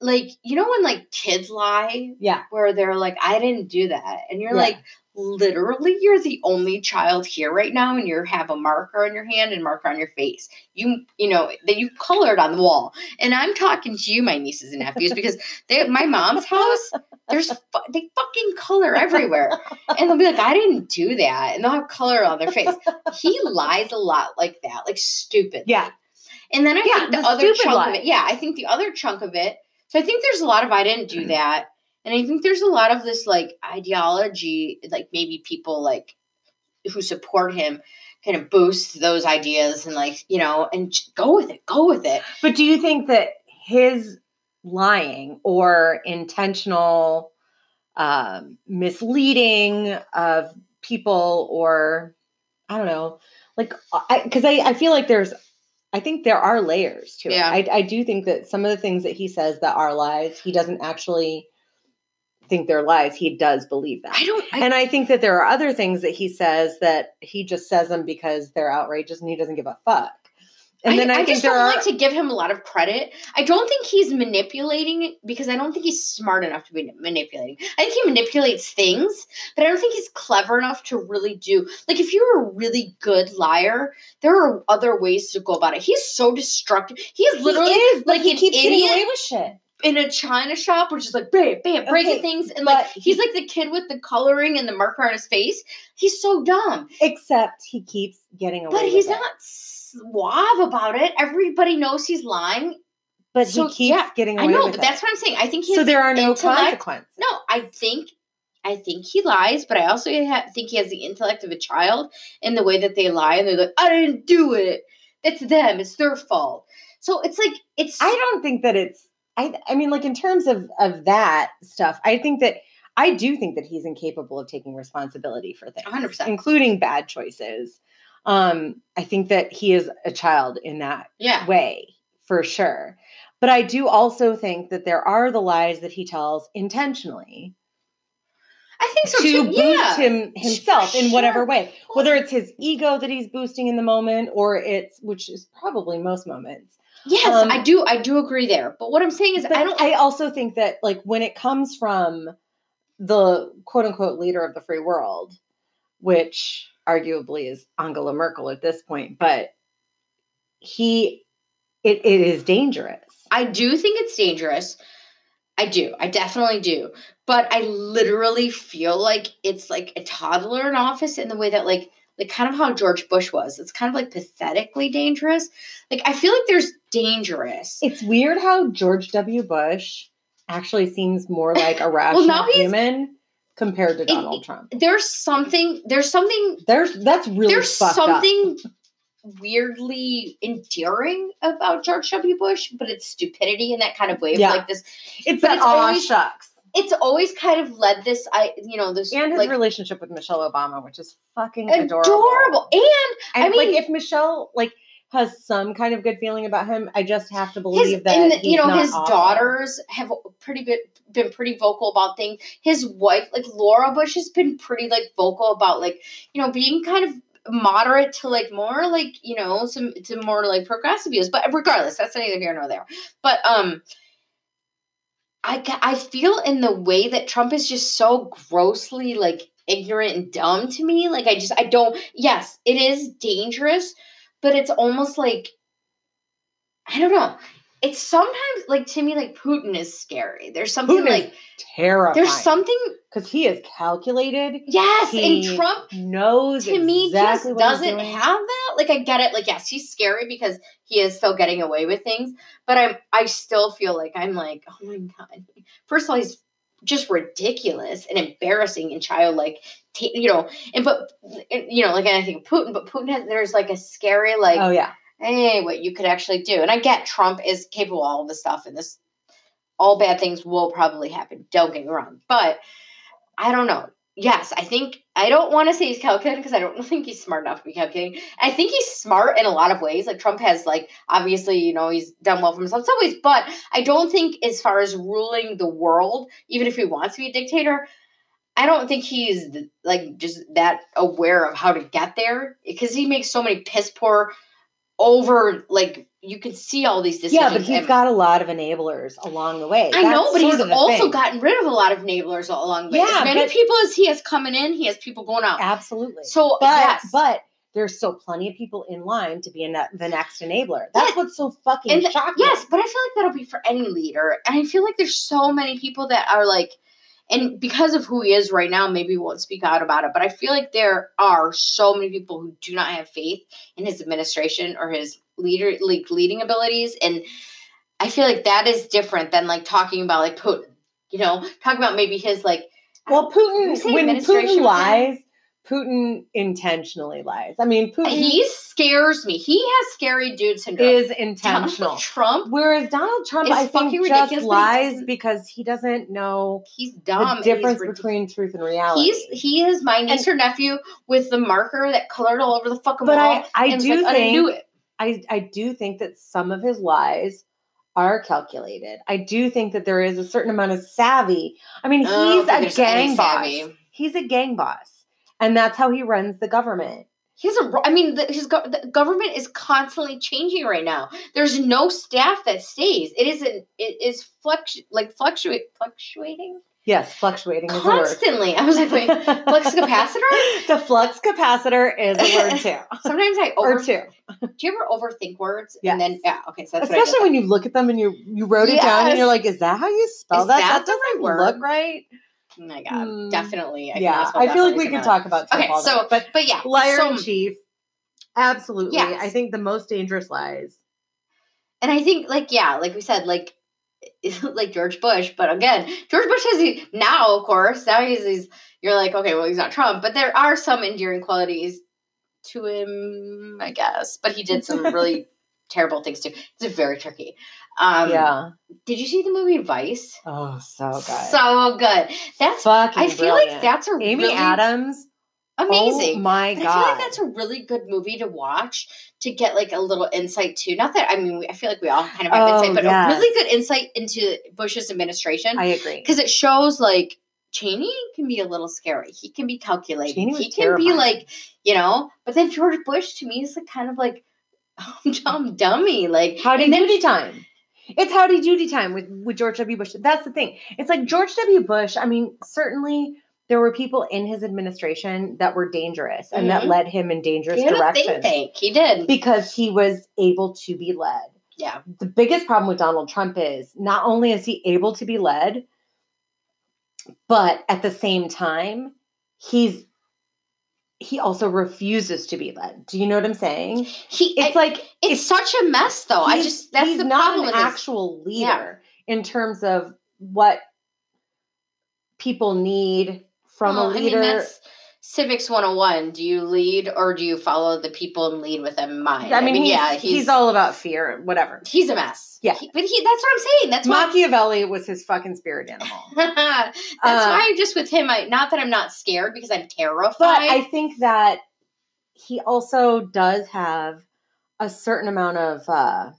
B: like you know when like kids lie,
A: yeah,
B: where they're like, I didn't do that. And you're
A: Yeah.
B: like, literally, you're the only child here right now, and you have a marker on your hand and marker on your face. You, you know, that you colored on the wall. And I'm talking to you, my nieces and nephews, because they, at my mom's house, there's fu- they fucking color everywhere. And they'll be like, I didn't do that. And they'll have color on their face. He lies a lot like that, like stupid.
A: yeah.
B: And then I
A: Yeah,
B: think the,
A: the
B: other
A: stupid
B: chunk
A: lie.
B: of it, yeah, I think the other chunk of it. So I think there's a lot of I didn't
A: Mm-hmm.
B: do that, and I think there's a lot of this like ideology, like maybe people like who support him kind of boost those ideas and like you know and j- go with it, go with it.
A: But do you think that his lying or intentional um, misleading of people, or I don't know, like, because I, I, feel like there's, I think there are layers to
B: Yeah.
A: it. I, I do think that some of the things that he says that are lies, he doesn't actually think they're lies. He does believe that.
B: I don't. I,
A: and I think that there are other things that he says that he just says them because they're outrageous and he doesn't give a fuck. And
B: I,
A: then I,
B: I
A: think
B: just
A: there
B: don't
A: are
B: like to give him a lot of credit. I don't think he's manipulating it because I don't think he's smart enough to be manipulating. I think he manipulates things, but I don't think he's clever enough to really do. Like if you were a really good liar, there are other ways to go about it. He's so destructive. He is literally
A: he is, but
B: like
A: he
B: an
A: keeps getting
B: idiot,
A: away with shit.
B: in a china shop, which is like bam, bam, breaking
A: Okay,
B: things, and like
A: but
B: he's like the kid with the coloring and the marker on his face. He's so dumb.
A: Except he keeps getting away.
B: But
A: with
B: he's
A: it.
B: not suave about it. Everybody knows he's lying.
A: But
B: so-
A: he keeps
B: yeah,
A: getting away
B: I know,
A: with
B: but
A: it.
B: that's what I'm saying. I think he's
A: so there are no
B: intellect-
A: consequences.
B: no. I think, I think he lies, but I also ha- think he has the intellect of a child in the way that they lie and they're like, "I didn't do it. That's them. It's their fault." So it's like it's.
A: I don't think that it's. I I mean, like in terms of of that stuff, I think that I do think that he's incapable of taking responsibility for things,
B: 100%.
A: including bad choices. Um, I think that he is a child in that
B: yeah,
A: way for sure. But I do also think that there are the lies that he tells intentionally.
B: I think so
A: to
B: too.
A: boost
B: Yeah.
A: him himself in
B: sure.
A: whatever way, whether it's his ego that he's boosting in the moment or it's which is probably most moments,
B: Yes,
A: Um,
B: I do. I do agree there. But what I'm saying is,
A: But
B: I don't.
A: I also think that like when it comes from the quote unquote leader of the free world, which arguably is Angela Merkel at this point, but he it, it is dangerous.
B: I do think it's dangerous. I do. I definitely do. But I literally feel like it's like a toddler in office in the way that like like kind of how George Bush was. It's kind of like pathetically dangerous. Like I feel like there's dangerous.
A: It's weird how George W. Bush actually seems
B: *laughs*
A: more like a rational
B: now he's-
A: human compared to Donald Trump.
B: There's something there's something
A: There's that's really
B: there's
A: fucked up.
B: something weirdly endearing about George W. Bush, but it's stupidity in that kind of way. of,
A: Yeah.
B: Like this
A: It's
B: but
A: that
B: it's
A: aw
B: always-
A: shucks.
B: it's always kind of led this I you know, this
A: And his
B: like
A: relationship with Michelle Obama, which is fucking
B: adorable. And
A: I,
B: I
A: mean,
B: mean-
A: like if Michelle like has some kind of good feeling about him, I just have to believe
B: his,
A: that
B: and
A: he's
B: you know
A: not
B: his
A: awful.
B: daughters have pretty bit, been pretty vocal about things. His wife, like Laura Bush, has been pretty like vocal about like you know being kind of moderate to like more like you know some to more like progressive views. But regardless, that's neither here nor there. But um. I, ca- I feel in the way that Trump is just so grossly like ignorant and dumb to me. Like I just I don't. Yes, it is dangerous, but it's almost like I don't know. It's sometimes like to me like Putin is scary. There's something
A: Putin is
B: like
A: terrifying.
B: there's something
A: because he is calculated,
B: yes,
A: He
B: and Trump
A: knows
B: to me
A: exactly
B: just
A: what he's
B: doesn't
A: doing.
B: have that. Like I get it. Like yes, he's scary because he is still getting away with things, but I'm I still feel like I'm like oh my god. First of all, he's just ridiculous and embarrassing and childlike. T- you know, and but and, you know, like and I think Putin, but Putin has there's like a scary like
A: Oh yeah,
B: hey, what you could actually do. And I get Trump is capable of all of this stuff, and this all bad things will probably happen. Don't get me wrong, but I don't know. Yes, I think I don't want to say he's calculating because I don't *laughs* think he's smart enough to be calculating. I think he's smart in a lot of ways. Like Trump has, like obviously, you know, he's done well for himself in some ways, but I don't think as far as ruling the world, even if he wants to be a dictator, I don't think he's like just that aware of how to get there because he makes so many piss poor over like you can see all these decisions.
A: yeah, but he's
B: and-
A: got a lot of enablers along the way.
B: I know,
A: That's
B: but
A: sort
B: he's
A: of the
B: also
A: thing.
B: gotten rid of a lot of enablers along the way.
A: Yeah,
B: as many
A: but-
B: people as he has coming in, he has people going out.
A: absolutely.
B: So
A: but
B: yes,
A: but there's still plenty of people in line to be in that, the next enabler. That's
B: Yeah.
A: what's so fucking
B: And th-
A: shocking.
B: yes, but I feel like that'll be for any leader. And I feel like there's so many people that are like, and because of who he is right now, maybe we won't speak out about it. But I feel like there are so many people who do not have faith in his administration or his leader like leading abilities, and I feel like that is different than like talking about like Putin. You know, talking about maybe his like
A: Well,
B: You say
A: Putin, when
B: administration
A: Putin
B: plan?
A: lies, Putin intentionally lies. I mean, Putin
B: he scares me. He has scary dude syndrome.
A: Mm-hmm. is
B: Donald *laughs*
A: intentional.
B: Trump,
A: Whereas Donald Trump,
B: It's
A: I think,
B: fucking
A: just
B: ridiculous, but he
A: lies
B: doesn't-
A: because he doesn't know
B: he's dumb.
A: the
B: and he's
A: difference
B: ridiculous.
A: between truth and reality.
B: He's he is my niece or nephew with the marker that colored all over the fucking
A: but
B: wall.
A: I, I
B: and it's
A: do
B: like, I knew
A: think
B: it.
A: I, I do think that some of his lies are calculated. I do think that there is a certain amount of savvy. I mean, he's
B: I don't think
A: a
B: Oh, there's any
A: gang boss.
B: savvy.
A: He's a gang boss, and that's how he runs the government.
B: He's a. ro- I mean, the, his go- the government is constantly changing right now. There's no staff that stays. It isn't. It is fluctu like fluctuate fluctuating
A: Yes, fluctuating is a word. *laughs*
B: constantly. I was like, wait, *laughs* flux capacitor.
A: the flux capacitor is a word
B: *laughs*
A: too.
B: Sometimes I
A: or
B: over.
A: two.
B: Do you ever overthink words?
A: Yes.
B: And then yeah, okay, so that's what I did.
A: Especially when you look at them and you you wrote it down and you're like, is that how you spell
B: Is
A: that?
B: that
A: That,
B: the
A: doesn't
B: right
A: look
B: word?
A: right.
B: Oh my god,
A: Mm.
B: definitely. can
A: yeah,
B: ask about
A: I feel like
B: that
A: we
B: for
A: could
B: another-
A: talk about Trump
B: Okay,
A: all day.
B: so-
A: but
B: But yeah,
A: liar
B: so-
A: in chief, absolutely.
B: Yes.
A: I think the most dangerous lies.
B: and I think like yeah, like we said, like *laughs* like George Bush, but again, George Bush has these- now, of course, now he's, he's you're like okay, well he's not Trump, but there are some endearing qualities to him, I guess. But he did some
A: *laughs*
B: really terrible things too. It's very tricky. Um,
A: yeah.
B: Did you see the movie Vice?
A: Oh, so good.
B: So good. That's
A: Fucking
B: I feel
A: brilliant.
B: like that's a
A: Amy
B: really
A: Adams.
B: amazing.
A: Oh my
B: But
A: god.
B: I feel like that's a really good movie to watch to get like a little insight to. Not that I mean, we- I feel like we all kind of have
A: Oh,
B: insight, but
A: yes.
B: a really good insight into Bush's administration
A: I agree.
B: because it shows like Cheney can be a little scary. He can be calculating.
A: Cheney was
B: He can be
A: terrifying.
B: like *laughs* you know. But then George Bush to me is like kind of like dumb dummy. Like
A: Howdy
B: and then
A: Doody time. It's Howdy Doody time with, with George W. Bush. That's the thing. It's like George W. Bush. I mean, certainly there were people in his administration that were dangerous and that
B: Mhm.
A: led him in dangerous
B: He had a
A: directions
B: think tank. He did.
A: because he was able to be led.
B: Yeah.
A: The biggest problem with Donald Trump is not only is he able to be led, but at the same time, he's he also refuses to be led. Do you know what I'm saying?
B: He
A: It's
B: I-
A: like
B: it's, such a mess though. I
A: he's-
B: just that's
A: he's
B: the
A: not
B: problem
A: an
B: with this.
A: actual
B: Yeah.
A: leader in terms of what people need from a
B: Well,
A: leader.
B: I mean, that's civics 101. Do you lead or do you follow the people and lead with them in mind?
A: I mean, he's,
B: yeah,
A: he's, all about fear, whatever.
B: he's a mess.
A: Yeah.
B: He- but he that's what I'm saying. That's why
A: Machiavelli was his fucking spirit animal.
B: *laughs* that's
A: Uh,
B: why I'm just with him. I not that I'm not scared because I'm terrified.
A: But I think that he also does have a certain amount of uh,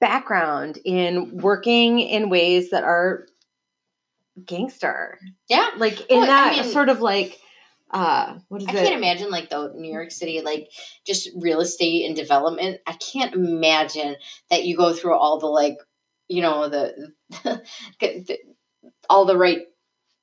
A: background in working in ways that are gangster.
B: yeah.
A: Like in
B: Well, I
A: that
B: mean-
A: sort of like uh what is
B: I
A: it?
B: can't imagine like though New York City, like just real estate and development. I can't imagine that you go through all the like, you know, the, *laughs* get the- all the right.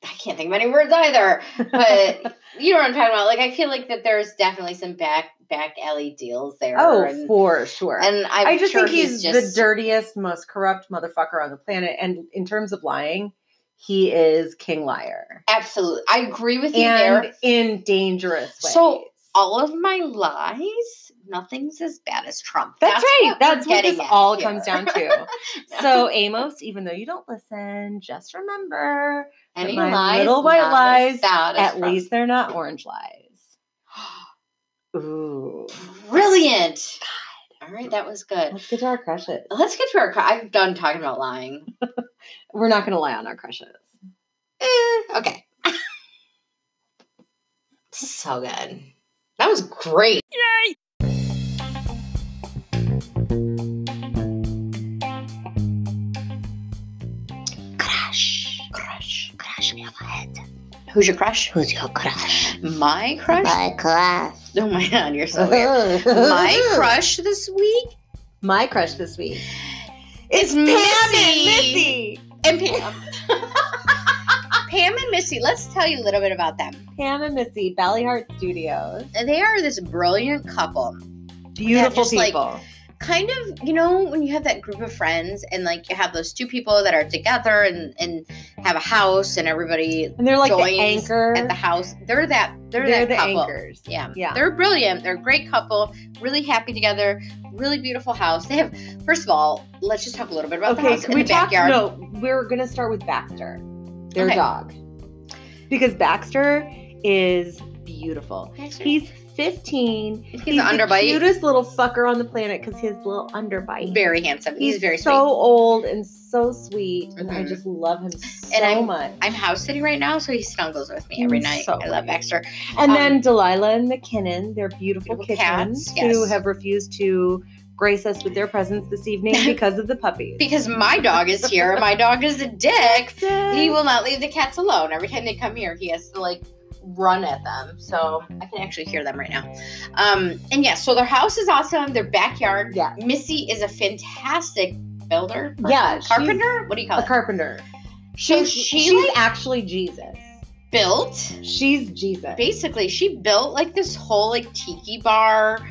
B: I can't think of any words either,
A: *laughs*
B: but you know what I'm talking about. Like, I feel like that there's definitely some back back alley deals there.
A: oh,
B: and,
A: for sure.
B: and I'm
A: I just
B: sure
A: think he's,
B: just-
A: the dirtiest, most corrupt motherfucker on the planet. And in terms of lying, he is king liar.
B: Absolutely, I agree with you there.
A: And in dangerous ways.
B: So, all of my lies, nothing's as bad as Trump.
A: That's, right.
B: what we're
A: That's what
B: getting
A: this
B: at
A: all
B: here.
A: comes down
B: *laughs*
A: to. so Amos, even though you don't listen, just remember
B: Any
A: my
B: lies,
A: little white
B: not
A: lies,
B: as bad as
A: at
B: Trump.
A: least they're not orange
B: *gasps*
A: lies. Ooh.
B: brilliant. All right, that was good.
A: Let's get to our crushes.
B: Let's get to our. cr- I'm done talking about lying.
A: We're not gonna lie on our crushes.
B: Eh, okay. so good. That was great.
A: Crush. Crush. Crush in your head.
B: Who's your crush?
A: Who's your crush?
B: My crush.
A: *laughs* crush.
B: Oh my god, you're so weird.
A: *laughs*
B: My crush this week
A: My crush this week.
B: is
A: Pam and
B: Missy.
A: Missy.
B: And Pam. *laughs* Pam and Missy. Let's tell you a little bit about them.
A: Pam and Missy, Ballyhart Studios.
B: They are this brilliant couple.
A: Beautiful
B: just, like,
A: people.
B: kind of you know when you have that group of friends and like you have those two people that are together and and have a house and everybody
A: and they're like the
B: joins
A: anchor.
B: at the house they're that they're,
A: they're
B: that
A: the
B: couple
A: anchors.
B: yeah
A: Yeah.
B: they're brilliant they're a great couple really happy together really beautiful house they have first of all let's just talk a little bit about the
A: Okay,
B: house
A: can
B: in
A: we
B: the
A: talk?
B: backyard
A: No, we're gonna start with Baxter, their
B: Okay.
A: dog, because Baxter is beautiful.
B: Baxter-
A: He's 15.
B: he's,
A: the
B: an underbite
A: cutest little fucker on the planet because his little underbite.
B: very handsome he's, very
A: so old and so sweet, and I
B: Mhm.
A: just love him so
B: And I'm-
A: much.
B: sweet i'm house sitting right now so he snuggles with me every
A: He's
B: night
A: so
B: i love
A: cute.
B: baxter
A: And
B: um,
A: then Delilah and McKinnon, their beautiful,
B: Beautiful
A: kittens,
B: cats,
A: who
B: yes.
A: have refused to grace us with their presence this evening
B: *laughs*
A: because of the puppies.
B: because my dog is here my dog is a dick He will not leave the cats alone. Every time they come here, he has to like run at them. So I can actually hear them right now. Um, and yeah, so their house is awesome. Their backyard.
A: Yeah.
B: Missy is a fantastic builder.
A: Yeah, she's
B: Carpenter? What do you call
A: a
B: it?
A: carpenter.
B: So
A: She's,
B: she,
A: she's
B: like
A: actually Jesus.
B: built.
A: She's Jesus.
B: Basically, she built like this whole like tiki bar,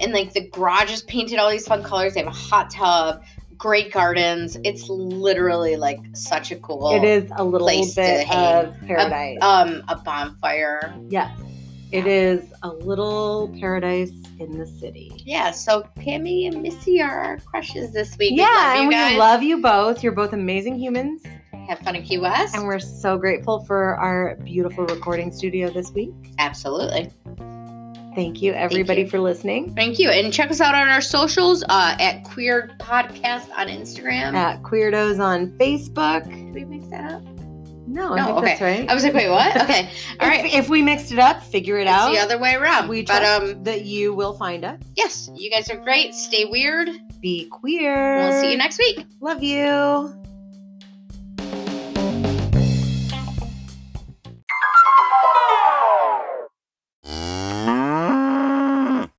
B: and like the garage is painted all these fun colors. They have a hot tub, great gardens. It's literally like such a cool.
A: It is a little
B: place to
A: bit
B: hang.
A: of paradise.
B: Um, a bonfire.
A: yes. It is a little paradise in the city.
B: Yeah, so Pammy and Missy are our crushes this week. We
A: Yeah, and
B: love you
A: we
B: guys.
A: love you both. You're both amazing humans.
B: Have fun in Key West.
A: And we're so grateful for our beautiful recording studio this week.
B: Absolutely.
A: Thank you, everybody,
B: you.
A: for listening.
B: Thank you. And check us out on our socials uh, at Queer Podcast on Instagram.
A: At Queerdos on Facebook.
B: Did we mix that up?
A: No, I
B: No,
A: think that's right.
B: I was like, wait, what?
A: *laughs*
B: Okay. All
A: If-
B: right.
A: If, we mixed it up, figure it out.
B: It's the other way around.
A: we
B: but
A: trust
B: um,
A: that you will find us.
B: yes, you guys are great. Stay weird.
A: Be queer.
B: We'll see you next week.
A: Love you.